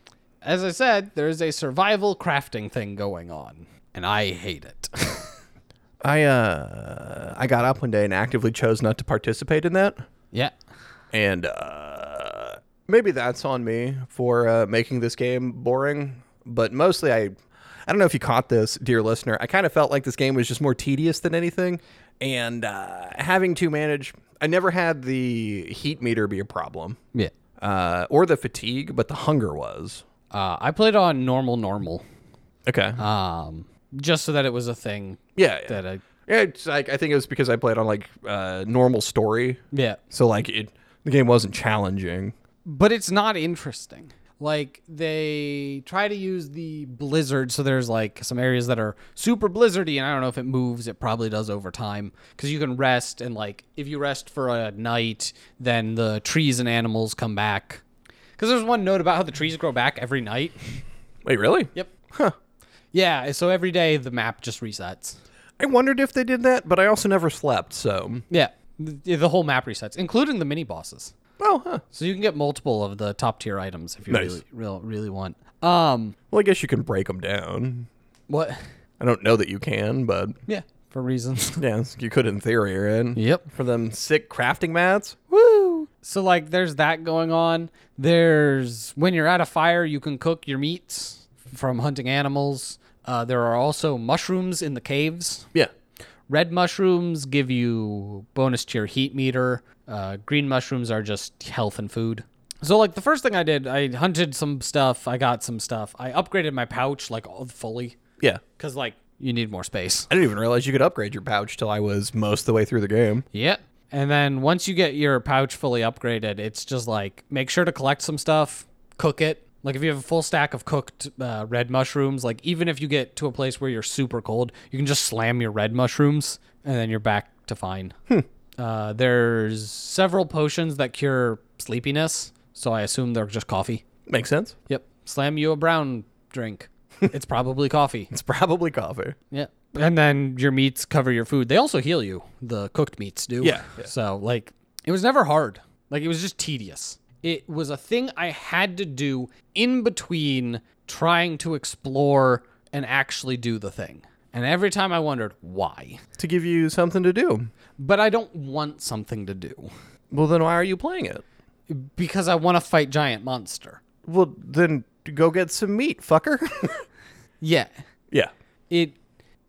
[SPEAKER 1] as I said, there is a survival crafting thing going on, and I hate it. (laughs)
[SPEAKER 2] I uh I got up one day and actively chose not to participate in that,
[SPEAKER 1] yeah.
[SPEAKER 2] and uh, maybe that's on me for uh, making this game boring. But mostly, I I don't know if you caught this, dear listener. I kind of felt like this game was just more tedious than anything, and uh, having to manage. I never had the heat meter be a problem,
[SPEAKER 1] Yeah.
[SPEAKER 2] uh, or the fatigue, but the hunger was.
[SPEAKER 1] Uh, I played on normal, normal,
[SPEAKER 2] Okay.
[SPEAKER 1] um, just so that it was a thing
[SPEAKER 2] yeah. Yeah.
[SPEAKER 1] that I.
[SPEAKER 2] yeah it's like I think it was because I played on like uh, normal story,
[SPEAKER 1] Yeah.
[SPEAKER 2] so like it the game wasn't challenging.
[SPEAKER 1] but it's not interesting. Like they try to use the blizzard, so there's like some areas that are super blizzardy, and I don't know if it moves. It probably does over time because you can rest, and like if you rest for a night, then the trees and animals come back. Because there's one note about how the trees grow back every night.
[SPEAKER 2] Wait, really?
[SPEAKER 1] Yep. Huh. Yeah. So every day the map just resets.
[SPEAKER 2] I wondered if they did that, but I also never slept, so.
[SPEAKER 1] Yeah. The, the whole map resets, including the mini bosses.
[SPEAKER 2] Oh, huh.
[SPEAKER 1] So you can get multiple of the top tier items if you
[SPEAKER 2] Nice.
[SPEAKER 1] really, real, really want. Um.
[SPEAKER 2] Well, I guess you can break them down.
[SPEAKER 1] What?
[SPEAKER 2] I don't know that you can, but
[SPEAKER 1] Yeah, for reasons. (laughs)
[SPEAKER 2] yeah, you could in theory, right?
[SPEAKER 1] yep.
[SPEAKER 2] For them sick crafting mats?
[SPEAKER 1] Woo! So like there's that going on. There's when you're at a fire, you can cook your meats from hunting animals. Uh, there are also mushrooms in the caves.
[SPEAKER 2] Yeah.
[SPEAKER 1] Red mushrooms give you bonus to your heat meter. Uh, green mushrooms are just health and food. So, like, the first thing I did, I hunted some stuff. I got some stuff. I upgraded my pouch, like, all fully.
[SPEAKER 2] Yeah.
[SPEAKER 1] Because, like, you need more space.
[SPEAKER 2] I didn't even realize you could upgrade your pouch till I was most of the way through the game.
[SPEAKER 1] Yep. And then once you get your pouch fully upgraded, it's just like make sure to collect some stuff, cook it. Like if you have a full stack of cooked uh, red mushrooms, like even if you get to a place where you're super cold, you can just slam your red mushrooms and then you're back to fine. Uh, there's several potions that cure sleepiness, so I assume they're just coffee.
[SPEAKER 2] Makes sense.
[SPEAKER 1] Yep. Slam you a brown drink. it's probably coffee.
[SPEAKER 2] It's probably coffee.
[SPEAKER 1] Yeah. And then your meats cover your food. They also heal you. The cooked meats do.
[SPEAKER 2] Yeah, yeah.
[SPEAKER 1] So like it was never hard. Like it was just tedious. It was a thing I had to do in between trying to explore and actually do the thing. And every time I wondered why.
[SPEAKER 2] To give you something to do.
[SPEAKER 1] But I don't want something to do
[SPEAKER 2] Well, then why are you playing it?
[SPEAKER 1] because I want to fight giant monster.
[SPEAKER 2] Well, then go get some meat, fucker. (laughs)
[SPEAKER 1] Yeah.
[SPEAKER 2] yeah.
[SPEAKER 1] it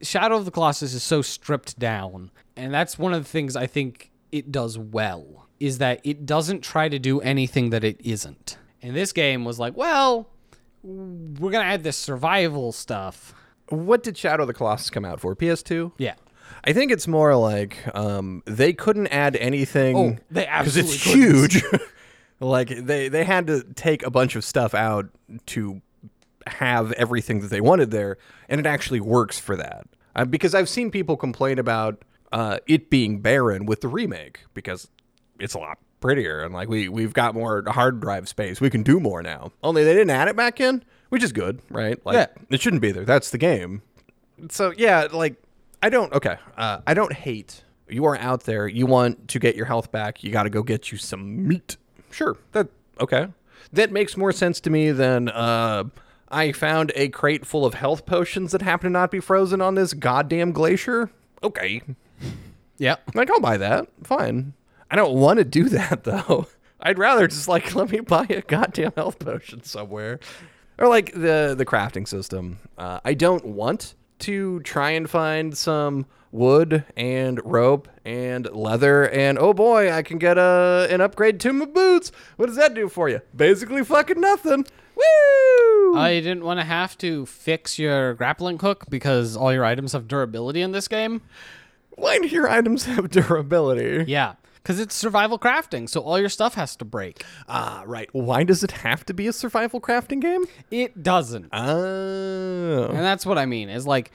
[SPEAKER 1] Shadow of the Colossus is so stripped down, and that's one of the things I think it does well is that it doesn't try to do anything that it isn't. And this game was like, well, we're gonna add this survival stuff.
[SPEAKER 2] What did Shadow of the Colossus come out for? PS2?
[SPEAKER 1] Yeah,
[SPEAKER 2] I think it's more like um, they couldn't add anything.
[SPEAKER 1] Oh, they absolutely
[SPEAKER 2] it's
[SPEAKER 1] couldn't.
[SPEAKER 2] huge. (laughs) like they they had to take a bunch of stuff out to have everything that they wanted there, and it actually works for that. Uh, because I've seen people complain about uh, it being barren with the remake because it's a lot prettier and like we we've got more hard drive space. We can do more now. Only they didn't add it back in, which is good, right? Like
[SPEAKER 1] Yeah.
[SPEAKER 2] it shouldn't be there. That's the game so yeah, like I don't okay. Uh, I don't hate. You are out there. You want to get your health back. You got to go get you some meat. Sure. That okay. That makes more sense to me than uh, I found a crate full of health potions that happen to not be frozen on this goddamn glacier. Okay,
[SPEAKER 1] yeah.
[SPEAKER 2] like I'll buy that. Fine. I don't want to do (laughs) that though. I'd rather just like let me buy a goddamn health potion somewhere, or like the the crafting system. Uh, I don't want to try and find some wood and rope and leather and oh boy, I can get a an upgrade to my boots. What does that do for you? Basically fucking nothing. Woo!
[SPEAKER 1] I didn't want to have to fix your grappling hook because all your items have durability in this game.
[SPEAKER 2] Why do your items have (laughs) durability?
[SPEAKER 1] Yeah, because it's survival crafting, so all your stuff has to break.
[SPEAKER 2] Ah, right. Why does it have to be a survival crafting game?
[SPEAKER 1] It doesn't.
[SPEAKER 2] Oh.
[SPEAKER 1] And that's what I mean is like,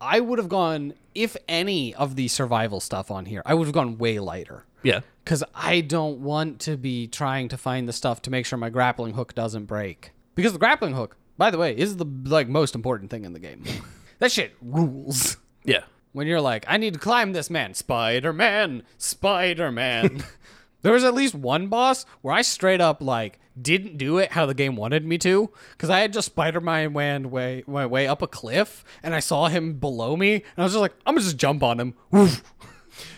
[SPEAKER 1] I would have gone, if any of the survival stuff on here, I would have gone way lighter.
[SPEAKER 2] Yeah.
[SPEAKER 1] Because I don't want to be trying to find the stuff to make sure my grappling hook doesn't break. Because the grappling hook, by the way, is the like most important thing in the game. (laughs) that shit rules.
[SPEAKER 2] Yeah.
[SPEAKER 1] When you're like, I need to climb this man, Spider Man, Spider Man. (laughs) there was at least one boss where I straight up like didn't do it how the game wanted me to because I had just Spider Man went way went way up a cliff and I saw him below me and I was just like, I'm gonna just jump on him. Woof.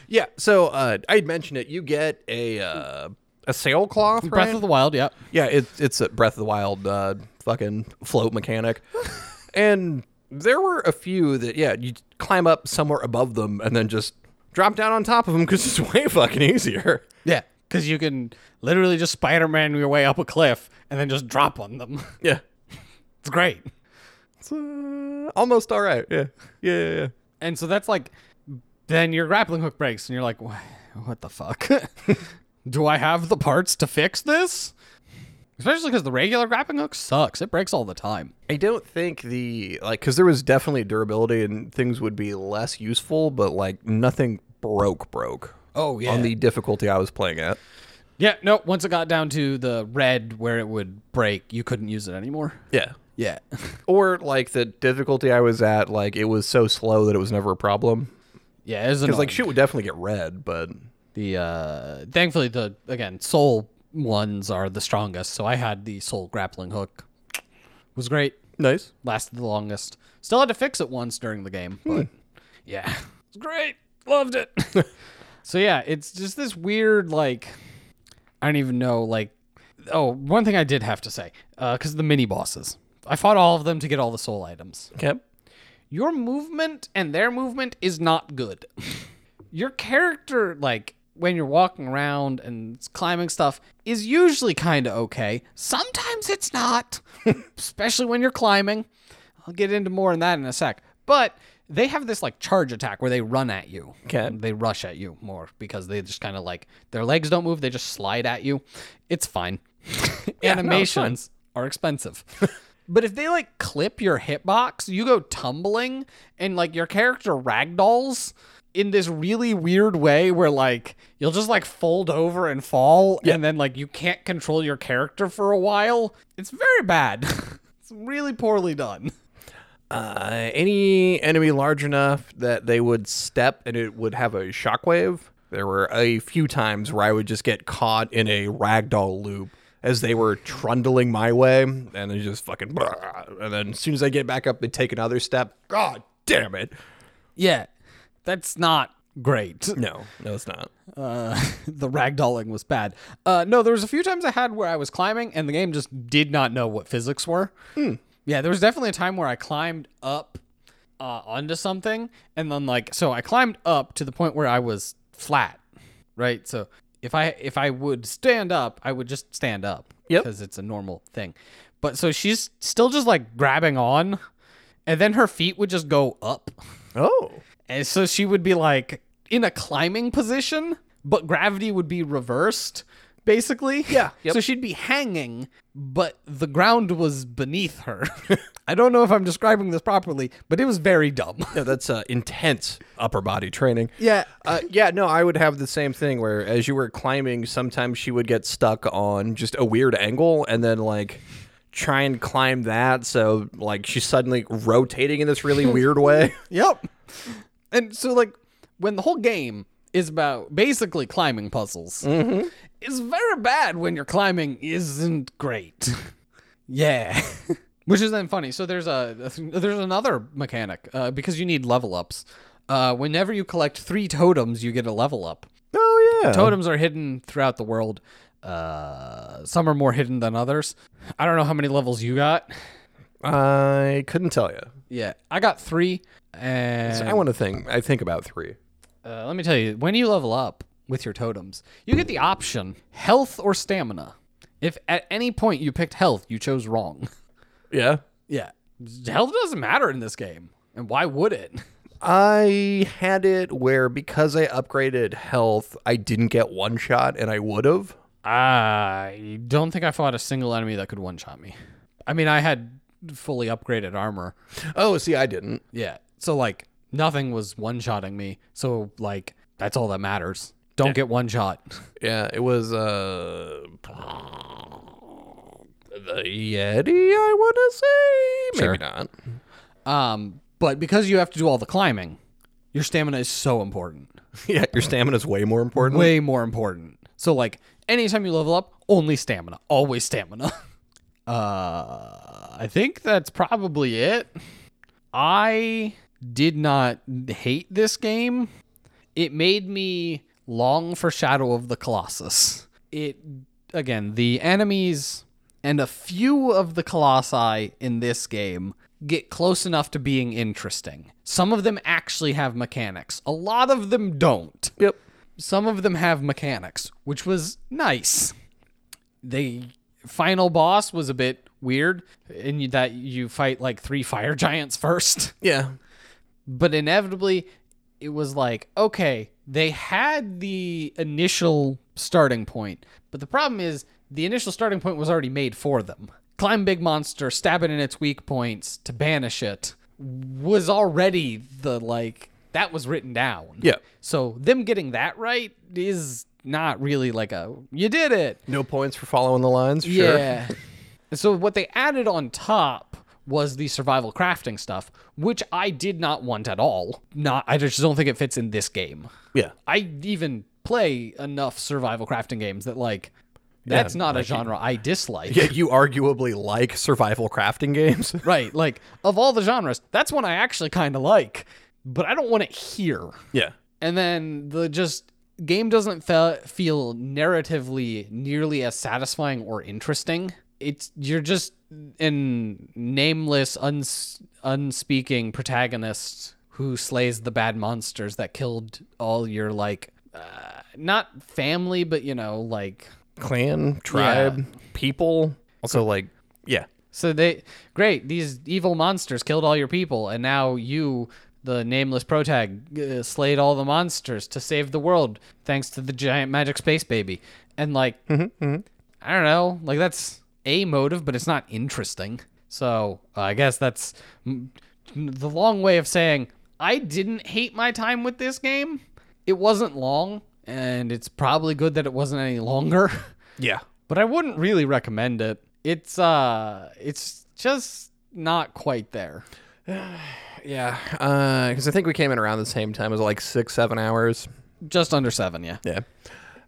[SPEAKER 2] Yeah. So uh, I had mentioned it. You get a uh, a sailcloth,
[SPEAKER 1] Breath
[SPEAKER 2] right?
[SPEAKER 1] of the Wild, yeah.
[SPEAKER 2] yeah, it, it's a Breath of the Wild uh, fucking float mechanic, and there were a few that yeah, you climb up somewhere above them and then just drop down on top of them because it's (laughs) way fucking easier.
[SPEAKER 1] Yeah, because you can literally just Spider Man your way up a cliff and then just drop on them. (laughs)
[SPEAKER 2] Yeah,
[SPEAKER 1] it's great.
[SPEAKER 2] it's uh, almost all right. Yeah, yeah, yeah. yeah.
[SPEAKER 1] And so that's like, then your grappling hook breaks and you're like, "Wha- what the fuck? (laughs) Do I have the parts to fix this? Especially because the regular grappling hook sucks. It breaks all the time.
[SPEAKER 2] I don't think the like because there was definitely durability and things would be less useful, but like nothing broke broke.
[SPEAKER 1] Oh, yeah.
[SPEAKER 2] on the difficulty I was playing at.
[SPEAKER 1] Yeah, no, once it got down to the red where it would break, you couldn't use it anymore.
[SPEAKER 2] Yeah.
[SPEAKER 1] Yeah.
[SPEAKER 2] Or like the difficulty I was at, like it was so slow that it was never a problem.
[SPEAKER 1] (laughs) Yeah, it was
[SPEAKER 2] Because
[SPEAKER 1] annoying.
[SPEAKER 2] like shit would definitely get red, but
[SPEAKER 1] the uh thankfully the again soul ones are the strongest so i had the soul grappling hook was great
[SPEAKER 2] nice.
[SPEAKER 1] lasted the longest still had to fix it once during the game but yeah it's great loved it so yeah it's just this weird like i don't even know like oh one thing i did have to say because of the mini bosses i fought all of them to get all the soul items
[SPEAKER 2] Okay.
[SPEAKER 1] your movement and their movement is not good. (laughs) your character, like when you're walking around and climbing stuff, is usually kind of okay. Sometimes it's not, (laughs) especially when you're climbing. I'll get into more on that in a sec. But they have this like charge attack where they run at you.
[SPEAKER 2] Okay.
[SPEAKER 1] They rush at you more because they just kind of like their legs don't move, they just slide at you. It's fine. (laughs) Animations are expensive. (laughs) but if they like clip your hitbox, you go tumbling and like your character ragdolls in this really weird way where like you'll just like fold over and fall and then like you can't control your character for a while. It's very bad. (laughs) it's really poorly done.
[SPEAKER 2] Uh, any enemy large enough that they would step and it would have a shockwave. There were a few times where I would just get caught in a ragdoll loop as they were trundling my way, and they just fucking. brrr. And then as soon as I get back up, they take another step. God damn it!
[SPEAKER 1] Yeah. That's not great.
[SPEAKER 2] No, no, it's not.
[SPEAKER 1] Uh, (laughs) the ragdolling was bad. Uh, no, there was a few times I had where I was climbing and the game just did not know what physics were. Yeah, there was definitely a time where I climbed up uh, onto something and then like so I climbed up to the point where I was flat, right? So if I if I would stand up, I would just stand up
[SPEAKER 2] Yep.
[SPEAKER 1] because it's a normal thing. But so she's still just like grabbing on, and then her feet would just go up.
[SPEAKER 2] Oh,
[SPEAKER 1] And so she would be like in a climbing position, but gravity would be reversed, basically.
[SPEAKER 2] Yeah,
[SPEAKER 1] (laughs)
[SPEAKER 2] yep.
[SPEAKER 1] So she'd be hanging, but the ground was beneath her. (laughs) I don't know if I'm describing this properly, but it was very dumb.
[SPEAKER 2] no, that's uh, intense upper body training.
[SPEAKER 1] Yeah.
[SPEAKER 2] Uh, yeah, no, I would have the same thing where as you were climbing, sometimes she would get stuck on just a weird angle and then like try and climb that. So like she's suddenly rotating in this (laughs) really weird way.
[SPEAKER 1] Yep. And so, like, when the whole game is about basically climbing puzzles,
[SPEAKER 2] Mm-hmm.
[SPEAKER 1] it's very bad when your climbing isn't great. (laughs) yeah. (laughs) Which is then funny. So there's a there's another mechanic uh, because you need level ups. Uh, whenever you collect three totems, you get a level up.
[SPEAKER 2] Oh yeah.
[SPEAKER 1] Totems are hidden throughout the world. Uh, some are more hidden than others. I don't know how many levels you got.
[SPEAKER 2] I couldn't tell you.
[SPEAKER 1] Yeah, I got three, and
[SPEAKER 2] I want to think. I think about three.
[SPEAKER 1] uh, let me tell you, when you level up with your totems, you get the option health or stamina. If at any point you picked health, you chose wrong. (laughs)
[SPEAKER 2] Yeah.
[SPEAKER 1] Yeah, health doesn't matter in this game, and why would it?
[SPEAKER 2] I had it where because I upgraded health, I didn't get one shot, and I would have.
[SPEAKER 1] (laughs) I don't think I fought a single enemy that could one shot me. I mean, I had fully upgraded armor.
[SPEAKER 2] Oh, see, I didn't.
[SPEAKER 1] Yeah. So like nothing was one shotting me. So like that's all that matters. Don't get one shot.
[SPEAKER 2] Yeah, it was uh the Yeti. I want to say maybe not.
[SPEAKER 1] (laughs) Um, but because you have to do all the climbing, your stamina is so important.
[SPEAKER 2] (laughs) yeah, your stamina is way more important.
[SPEAKER 1] Way more important. So like anytime you level up, only stamina. Always stamina. (laughs) uh I think that's probably it. I did not hate this game. It made me long for Shadow of the Colossus. It again, the enemies and a few of the colossi in this game get close enough to being interesting. Some of them actually have mechanics. A lot of them don't
[SPEAKER 2] Yep.
[SPEAKER 1] some of them have mechanics, which was nice. The final boss was a bit weird in that you fight like three fire giants (laughs) first,
[SPEAKER 2] Yeah.
[SPEAKER 1] but inevitably it was like, okay, they had the initial starting point, but the problem is the initial starting point was already made for them. Climb big monster, stab it in its weak points to banish it was already the like that was written down.
[SPEAKER 2] Yeah.
[SPEAKER 1] So them getting that right is not really like a you did it.
[SPEAKER 2] No points for following the lines. Sure.
[SPEAKER 1] Yeah. so what they added on top was the survival crafting stuff, which I did not want at all. Not I just don't think it fits in this game.
[SPEAKER 2] Yeah.
[SPEAKER 1] I even play enough survival crafting games that like that's not a genre
[SPEAKER 2] (laughs)
[SPEAKER 1] I dislike.
[SPEAKER 2] Yeah, you arguably like survival crafting games. (laughs)
[SPEAKER 1] Right. Like of all the genres, that's one I actually kind of like, but I don't want it here.
[SPEAKER 2] yeah.
[SPEAKER 1] and then the just game doesn't fe- feel narratively nearly as satisfying or interesting it's you're just an nameless uns- unspeaking protagonist who slays the bad monsters that killed all your like uh, not family but you know like
[SPEAKER 2] Clan, tribe, people. Also, like, yeah.
[SPEAKER 1] So they great these evil monsters killed all your people and now you the nameless protag uh, slayed all the monsters to save the world thanks to the giant magic space baby and like I don't know like that's a motive but it's not interesting. So I guess that's mm, the long way of saying I didn't hate my time with this game. It wasn't long and it's probably good that it wasn't any longer. (laughs)
[SPEAKER 2] Yeah.
[SPEAKER 1] but I wouldn't really recommend it. It's uh, it's just not quite there.
[SPEAKER 2] Yeah. Because I think we came in around the same time. It was like six, seven hours.
[SPEAKER 1] Just under seven, yeah.
[SPEAKER 2] Yeah.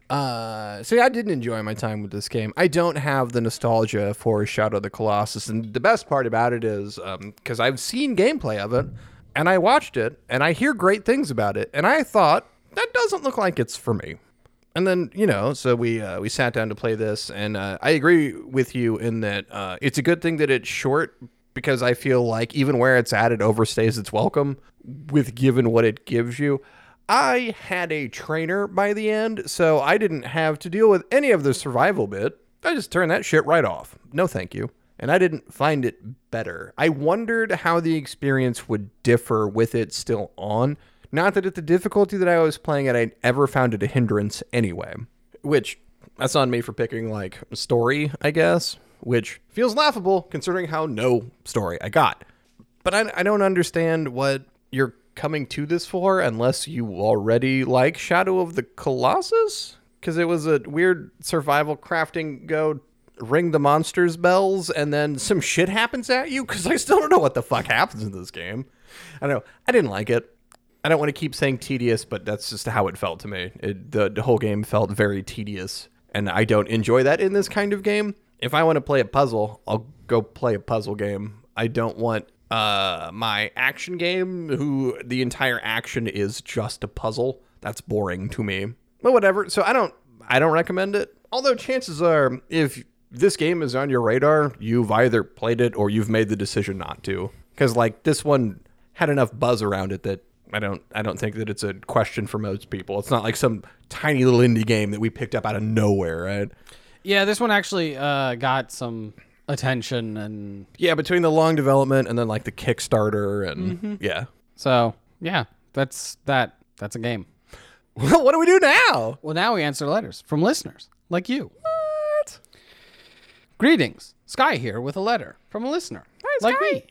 [SPEAKER 2] Uh, so yeah, I did enjoy my time with this game. I don't have the nostalgia for Shadow of the Colossus, and the best part about it is because I've seen gameplay of it, and I watched it, and I hear great things about it, and I thought that doesn't look like it's for me. And then you know, so we uh, we sat down to play this, and uh, I agree with you in that uh, it's a good thing that it's short because I feel like even where it's at, it overstays its welcome with given what it gives you. I had a trainer by the end, so I didn't have to deal with any of the survival bit. I just turned that shit right off. No, thank you. And I didn't find it better. I wondered how the experience would differ with it still on. Not that at the difficulty that I was playing at, I ever found it a hindrance anyway. Which, that's on me for picking, like, story, I guess. Which feels laughable considering how no story I got. But I, I don't understand what you're coming to this for unless you already like Shadow of the Colossus? Because it was a weird survival crafting go ring the monsters bells and then some shit happens at you? Because I still don't know what the fuck happens in this game. I don't know. I didn't like it. I don't want to keep saying tedious, but that's just how it felt to me. It, the, the whole game felt very tedious, and I don't enjoy that in this kind of game. If I want to play a puzzle, I'll go play a puzzle game. I don't want uh, my action game, who the entire action is just a puzzle. That's boring to me. But whatever. So I don't, I don't recommend it. Although chances are, if this game is on your radar, you've either played it or you've made the decision not to. Because like this one had enough buzz around it that I don't I don't think that it's a question for most people. It's not like some tiny little indie game that we picked up out of nowhere, right?
[SPEAKER 1] Yeah, this one actually uh, got some attention, and
[SPEAKER 2] Yeah, between the long development and then like the Kickstarter and yeah. (laughs)
[SPEAKER 1] so yeah, that's that. That's a game.
[SPEAKER 2] Well, what do we do now?
[SPEAKER 1] Well, now we answer letters from listeners like you. What? Greetings, Sky here with a letter from a listener like me.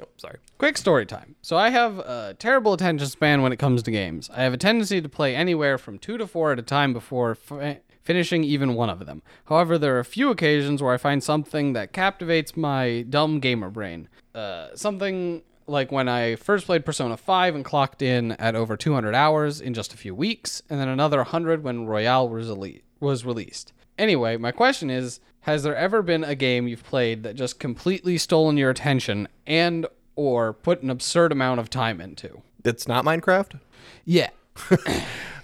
[SPEAKER 2] Oh, sorry.
[SPEAKER 1] Quick story time. So I have a terrible attention span when it comes to games. I have a tendency to play anywhere from two to four at a time before f- finishing even one of them. However, there are a few occasions where I find something that captivates my dumb gamer brain. Uh, something like when I first played Persona 5 and clocked in at over 200 hours in just a few weeks, and then another 100 when Royale was, rele- was released. Anyway, my question is has there ever been a game you've played that just completely stolen your attention and or put an absurd amount of time into?
[SPEAKER 2] It's not Minecraft?
[SPEAKER 1] Yeah.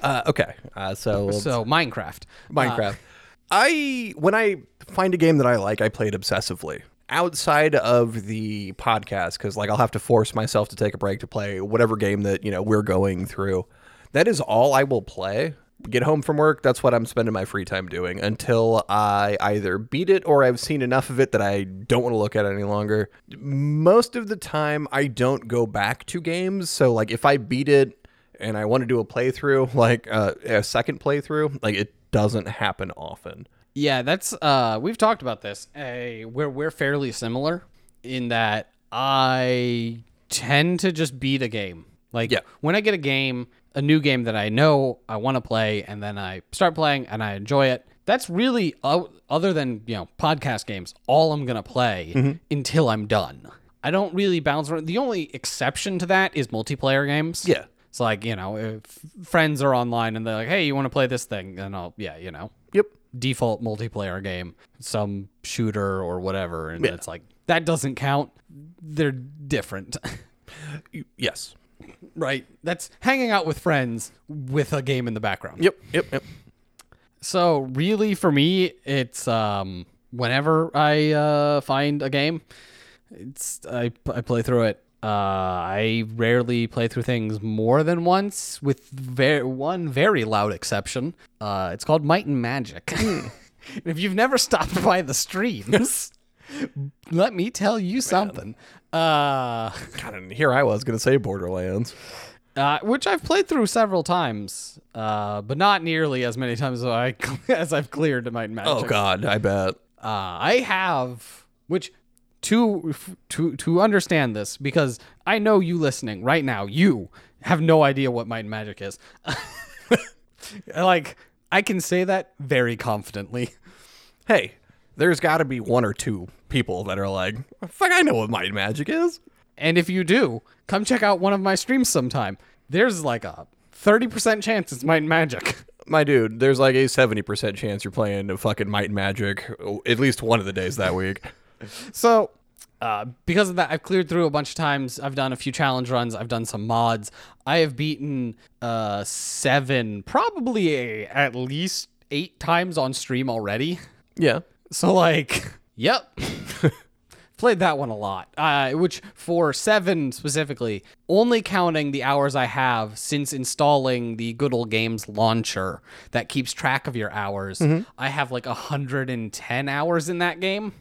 [SPEAKER 2] Uh, okay. Uh, so
[SPEAKER 1] So Minecraft.
[SPEAKER 2] Minecraft. Uh, I when I find a game that I like, I play it obsessively. Outside of the podcast, because like I'll have to force myself to take a break to play whatever game that you know we're going through. That is all I will play. Get home from work. That's what I'm spending my free time doing until I either beat it or I've seen enough of it that I don't want to look at it any longer. Most of the time, I don't go back to games. So like if I beat it and I want to do a playthrough, (laughs) like uh, a second playthrough, like it doesn't happen often.
[SPEAKER 1] Yeah, that's uh we've talked about this. Uh, we're we're fairly similar in that I tend to just beat a game. Like
[SPEAKER 2] Yeah.
[SPEAKER 1] when I get a game, a new game that I know I want to play and then I start playing and I enjoy it. That's really o other than, you know, podcast games, all I'm going to play
[SPEAKER 2] Mm-hmm.
[SPEAKER 1] until I'm done. I don't really bounce around. The only exception to that is multiplayer games.
[SPEAKER 2] Yeah.
[SPEAKER 1] It's like, you know, if friends are online and they're like, "Hey, you want to play this thing?" and I'll, yeah, you know
[SPEAKER 2] Yep.
[SPEAKER 1] default multiplayer game, some shooter or whatever, and it's like that doesn't count. They're different, (laughs)
[SPEAKER 2] Y- Yes.
[SPEAKER 1] right? That's hanging out with friends with a game in the background.
[SPEAKER 2] Yep. Yep. Yep.
[SPEAKER 1] So really, for me, it's um, whenever I uh, find a game, it's I, I play through it. Uh, I rarely play through things more than once, with very, one very loud exception. Uh, it's called Might and Magic. (laughs) and if you've never stopped by the streams, (laughs) let me tell you something. Uh,
[SPEAKER 2] God, and here I was gonna say Borderlands.
[SPEAKER 1] uh, which I've played through several times, uh, but not nearly as many times as, I, (laughs) as I've cleared Might and Magic.
[SPEAKER 2] Oh God, I bet.
[SPEAKER 1] uh, I have, which to to to understand this because I know you listening right now, you have no idea what Might and Magic is. (laughs) like I can say that very confidently.
[SPEAKER 2] Hey, there's got to be one or two people that are like, "Fuck, I know what Might and Magic is."
[SPEAKER 1] And if you do, come check out one of my streams sometime. There's like a 30% chance it's Might and Magic. (laughs)
[SPEAKER 2] My dude, there's like a seventy percent chance you're playing a fucking Might and Magic oh, at least one of the days that week.
[SPEAKER 1] So, uh, because of that, I've cleared through a bunch of times. I've done a few challenge runs. I've done some mods. I have beaten uh, seven, probably a, at least eight times on stream already.
[SPEAKER 2] (laughs)
[SPEAKER 1] (laughs)
[SPEAKER 2] Yeah.
[SPEAKER 1] So, like, yep. (laughs) Played that one a lot, uh, which for seven specifically, only counting the hours I have since installing the Good Old Games launcher that keeps track of your hours, I have like 110 hours in that game.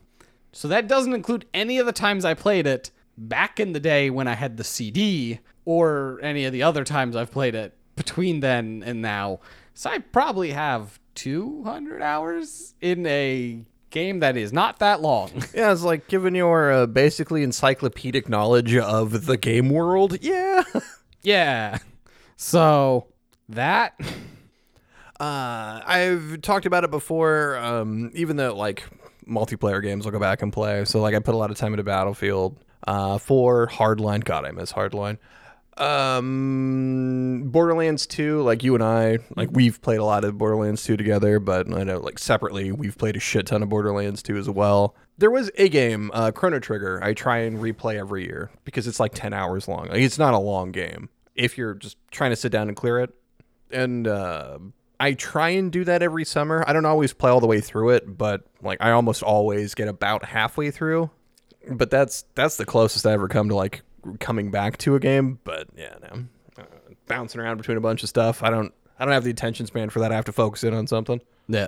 [SPEAKER 1] So that doesn't include any of the times I played it back in the day when I had the CD or any of the other times I've played it between then and now. So I probably have 200 hours in a game that is not that long. (laughs)
[SPEAKER 2] Yeah, it's like given your uh, basically encyclopedic knowledge of the game world. Yeah. (laughs)
[SPEAKER 1] yeah. So that
[SPEAKER 2] Uh, I've talked about it before. Um, even though like multiplayer games, I'll go back and play. So like I put a lot of time into Battlefield. Uh, for Hardline, God, I miss Hardline. Um, Borderlands 2, like you and I, like we've played a lot of Borderlands 2 together, but I know like separately we've played a shit ton of Borderlands 2 as well. There was a game, uh, Chrono Trigger, I try and replay every year because it's like 10 hours long. Like it's not a long game if you're just trying to sit down and clear it and uh, I try and do that every summer. I don't always play all the way through it, but like I almost always get about halfway through. But that's that's the closest I ever come to like coming back to a game. But yeah, no, uh, bouncing around between a bunch of stuff. I don't I don't have the attention span for that. I have to focus in on something.
[SPEAKER 1] Yeah.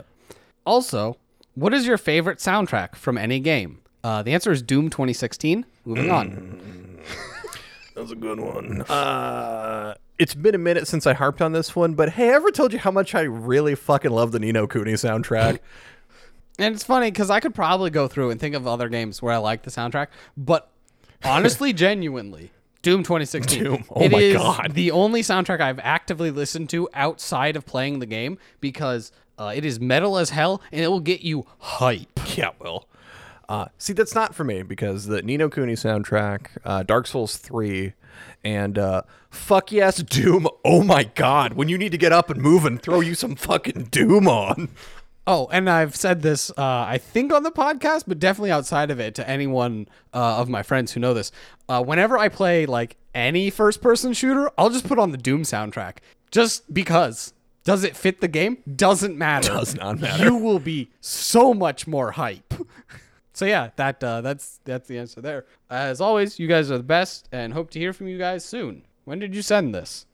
[SPEAKER 1] Also, what is your favorite soundtrack from any game? Uh, the answer is Doom 2016. Moving on.
[SPEAKER 2] That's a good one. Uh, it's been a minute since I harped on this one, but hey, I ever told you how much I really fucking love the Nino Cooney soundtrack?
[SPEAKER 1] And it's funny because I could probably go through and think of other games where I like the soundtrack, but
[SPEAKER 2] (laughs)
[SPEAKER 1] honestly, genuinely, Doom 2016.
[SPEAKER 2] Doom. Oh
[SPEAKER 1] It
[SPEAKER 2] my
[SPEAKER 1] is
[SPEAKER 2] God.
[SPEAKER 1] The only soundtrack I've actively listened to outside of playing the game because uh, it is metal as hell and it will get you hype.
[SPEAKER 2] yeah, well. Uh, see, that's not for me because the Nino Cooney soundtrack, uh, Dark Souls 3, and uh, fuck yes, Doom. Oh my god, when you need to get up and move and throw you some fucking Doom on.
[SPEAKER 1] Oh, and I've said this, uh, I think, on the podcast, but definitely outside of it to anyone uh, of my friends who know this. Uh, whenever I play like any first person shooter, I'll just put on the Doom soundtrack just because. Does it fit the game? Doesn't matter.
[SPEAKER 2] Does not matter.
[SPEAKER 1] You will be so much more hype. (laughs) so yeah, that uh, that's that's the answer there. As always, you guys are the best, and hope to hear from you guys soon. When did you send this?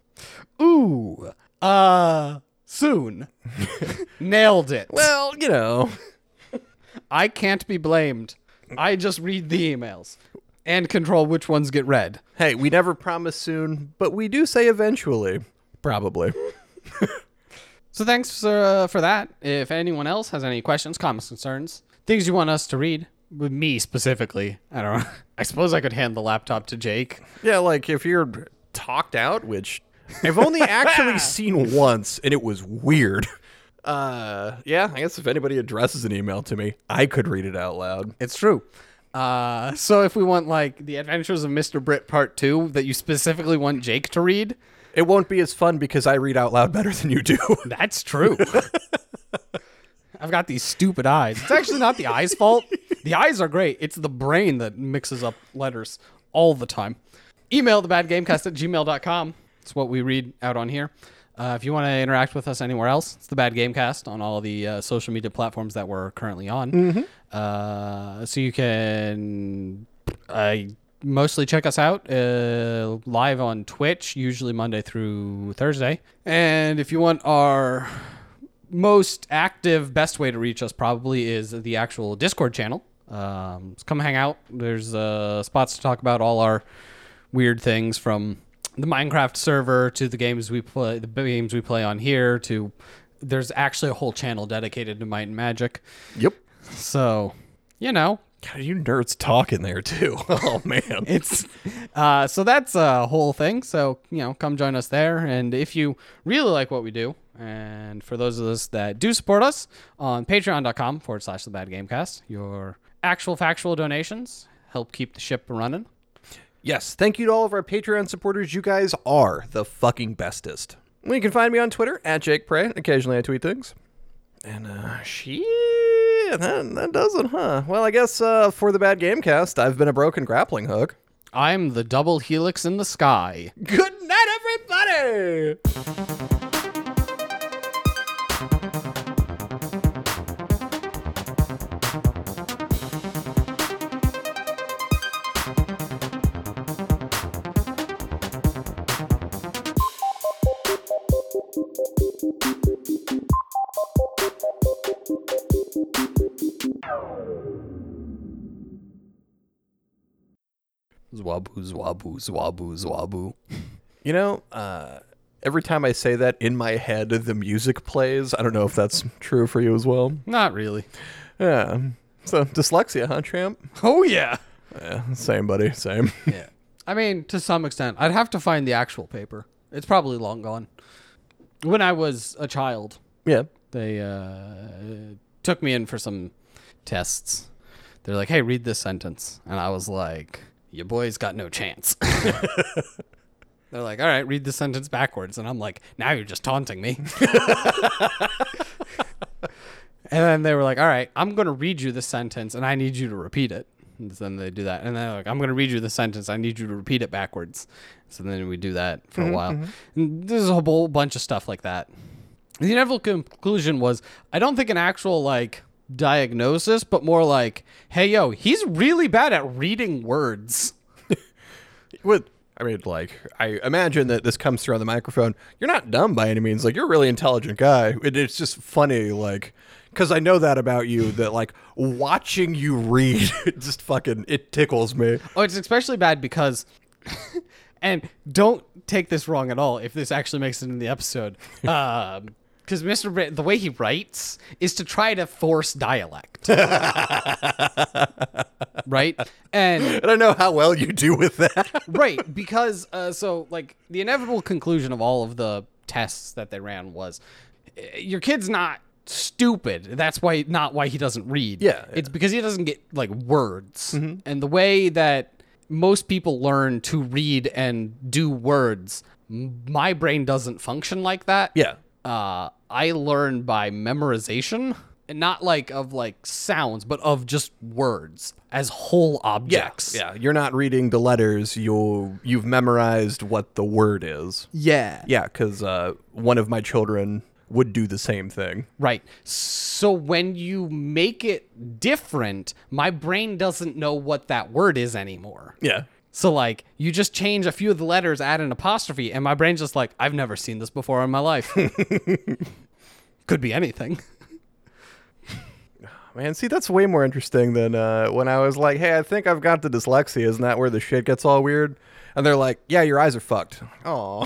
[SPEAKER 1] Ooh, uh, soon. (laughs) Nailed it.
[SPEAKER 2] Well, you know.
[SPEAKER 1] I can't be blamed. I just read the emails and control which ones get read.
[SPEAKER 2] Hey, we never promise soon, but we do say eventually. Probably.
[SPEAKER 1] So thanks uh, for that. If anyone else has any questions, comments, concerns, things you want us to read, with me specifically, I don't know. (laughs) I suppose I could hand the laptop to Jake.
[SPEAKER 2] Yeah, like if you're talked out, which I've only (laughs) actually seen once, and it was weird. Uh, yeah, I guess if anybody addresses an email to me, I could read it out loud.
[SPEAKER 1] It's true. Uh, so if we want like the Adventures of Mr. Britt Part Two that you specifically want Jake to read,
[SPEAKER 2] It won't be as fun because I read out loud better than you do.
[SPEAKER 1] That's (laughs) true. I've got these stupid eyes. It's actually not the eyes' fault. The eyes are great. It's the brain that mixes up letters all the time. Email thebadgamecast at gmail.com. It's what we read out on here. Uh, if you want to interact with us anywhere else, it's the Bad Gamecast on all the uh, social media platforms that we're currently on. Uh, so you can uh, mostly check us out uh, live on Twitch, usually Monday through Thursday. And if you want our most active, best way to reach us probably is the actual Discord channel. Um, so come hang out. There's uh, spots to talk about all our weird things from the Minecraft server to the games we play, the games we play on here. To there's actually a whole channel dedicated to Might and Magic.
[SPEAKER 2] yep.
[SPEAKER 1] So you know,
[SPEAKER 2] God, you nerds talk in there too. (laughs) Oh man.
[SPEAKER 1] it's uh, so that's a whole thing. So you know, come join us there. And if you really like what we do, and for those of us that do support us on Patreon.com forward slash The Bad Gamecast, your actual factual donations help keep the ship running.
[SPEAKER 2] Yes, thank you to all of our Patreon supporters. You guys are the fucking bestest. Well, You can find me on Twitter at Jake Prey. Occasionally I tweet things. And uh she that, that does it, huh? Well, I guess uh for the bad gamecast, I've been a broken grappling hook.
[SPEAKER 1] I'm the double helix in the sky.
[SPEAKER 2] Good night, everybody! Zwabu, zwabu, zwabu, zwabu. You know, uh, every time I say that in my head, the music plays. I don't know if that's (laughs) true for you as well.
[SPEAKER 1] Not really.
[SPEAKER 2] Yeah. So dyslexia, huh, champ?
[SPEAKER 1] Oh yeah.
[SPEAKER 2] Yeah, (laughs) same, buddy. Same. (laughs)
[SPEAKER 1] Yeah. I mean, to some extent, I'd have to find the actual paper. It's probably long gone. When I was a child,
[SPEAKER 2] yeah.
[SPEAKER 1] they uh, took me in for some tests. They're like, "Hey, read this sentence," and I was like, "Your boy's got no chance." They're like, "All right, read the sentence backwards," and I'm like, "Now you're just taunting me." and then they were like, "All right, I'm gonna read you the sentence, and I need you to repeat it." And then they do that, and then like, "I'm gonna read you the sentence. I need you to repeat it backwards." So then we do that for a while. And there's a whole bunch of stuff like that. the inevitable conclusion was I don't think an actual like diagnosis, but more like, hey yo, he's really bad at reading words.
[SPEAKER 2] With I mean, like I imagine that this comes through on the microphone. You're not dumb by any means. Like you're a really intelligent guy. It, it's just funny, like because I know that about you. That like watching you read, (laughs) it just fucking it tickles me.
[SPEAKER 1] Oh, it's especially bad because, (laughs) and don't take this wrong at all. If this actually makes it in the episode, (laughs) um, because Mr. Bra- the way he writes is to try to force dialect, right? And
[SPEAKER 2] And I know how well you do with that.
[SPEAKER 1] right because uh, so like the inevitable conclusion of all of the tests that they ran was eh, your kid's not stupid that's why not why he doesn't read
[SPEAKER 2] Yeah, Mm-hmm. yeah.
[SPEAKER 1] it's because he doesn't get like words and the way that most people learn to read and do words m- my brain doesn't function like that
[SPEAKER 2] Yeah.
[SPEAKER 1] uh, I learn by memorization and not like of like sounds, but of just words as whole objects.
[SPEAKER 2] Yeah. You're not reading the letters. You you've memorized what the word is.
[SPEAKER 1] Yeah.
[SPEAKER 2] Yeah, because uh, one of my children would do the same thing.
[SPEAKER 1] Right. So when you make it different, my brain doesn't know what that word is anymore.
[SPEAKER 2] Yeah.
[SPEAKER 1] So like you just change a few of the letters, add an apostrophe, and my brain's just like, I've never seen this before in my life. (laughs) Could be anything.
[SPEAKER 2] Man, see, that's way more interesting than uh, when I was like, hey, I think I've got the dyslexia. Isn't that where the shit gets all weird? And they're like, yeah, your eyes are fucked. Oh.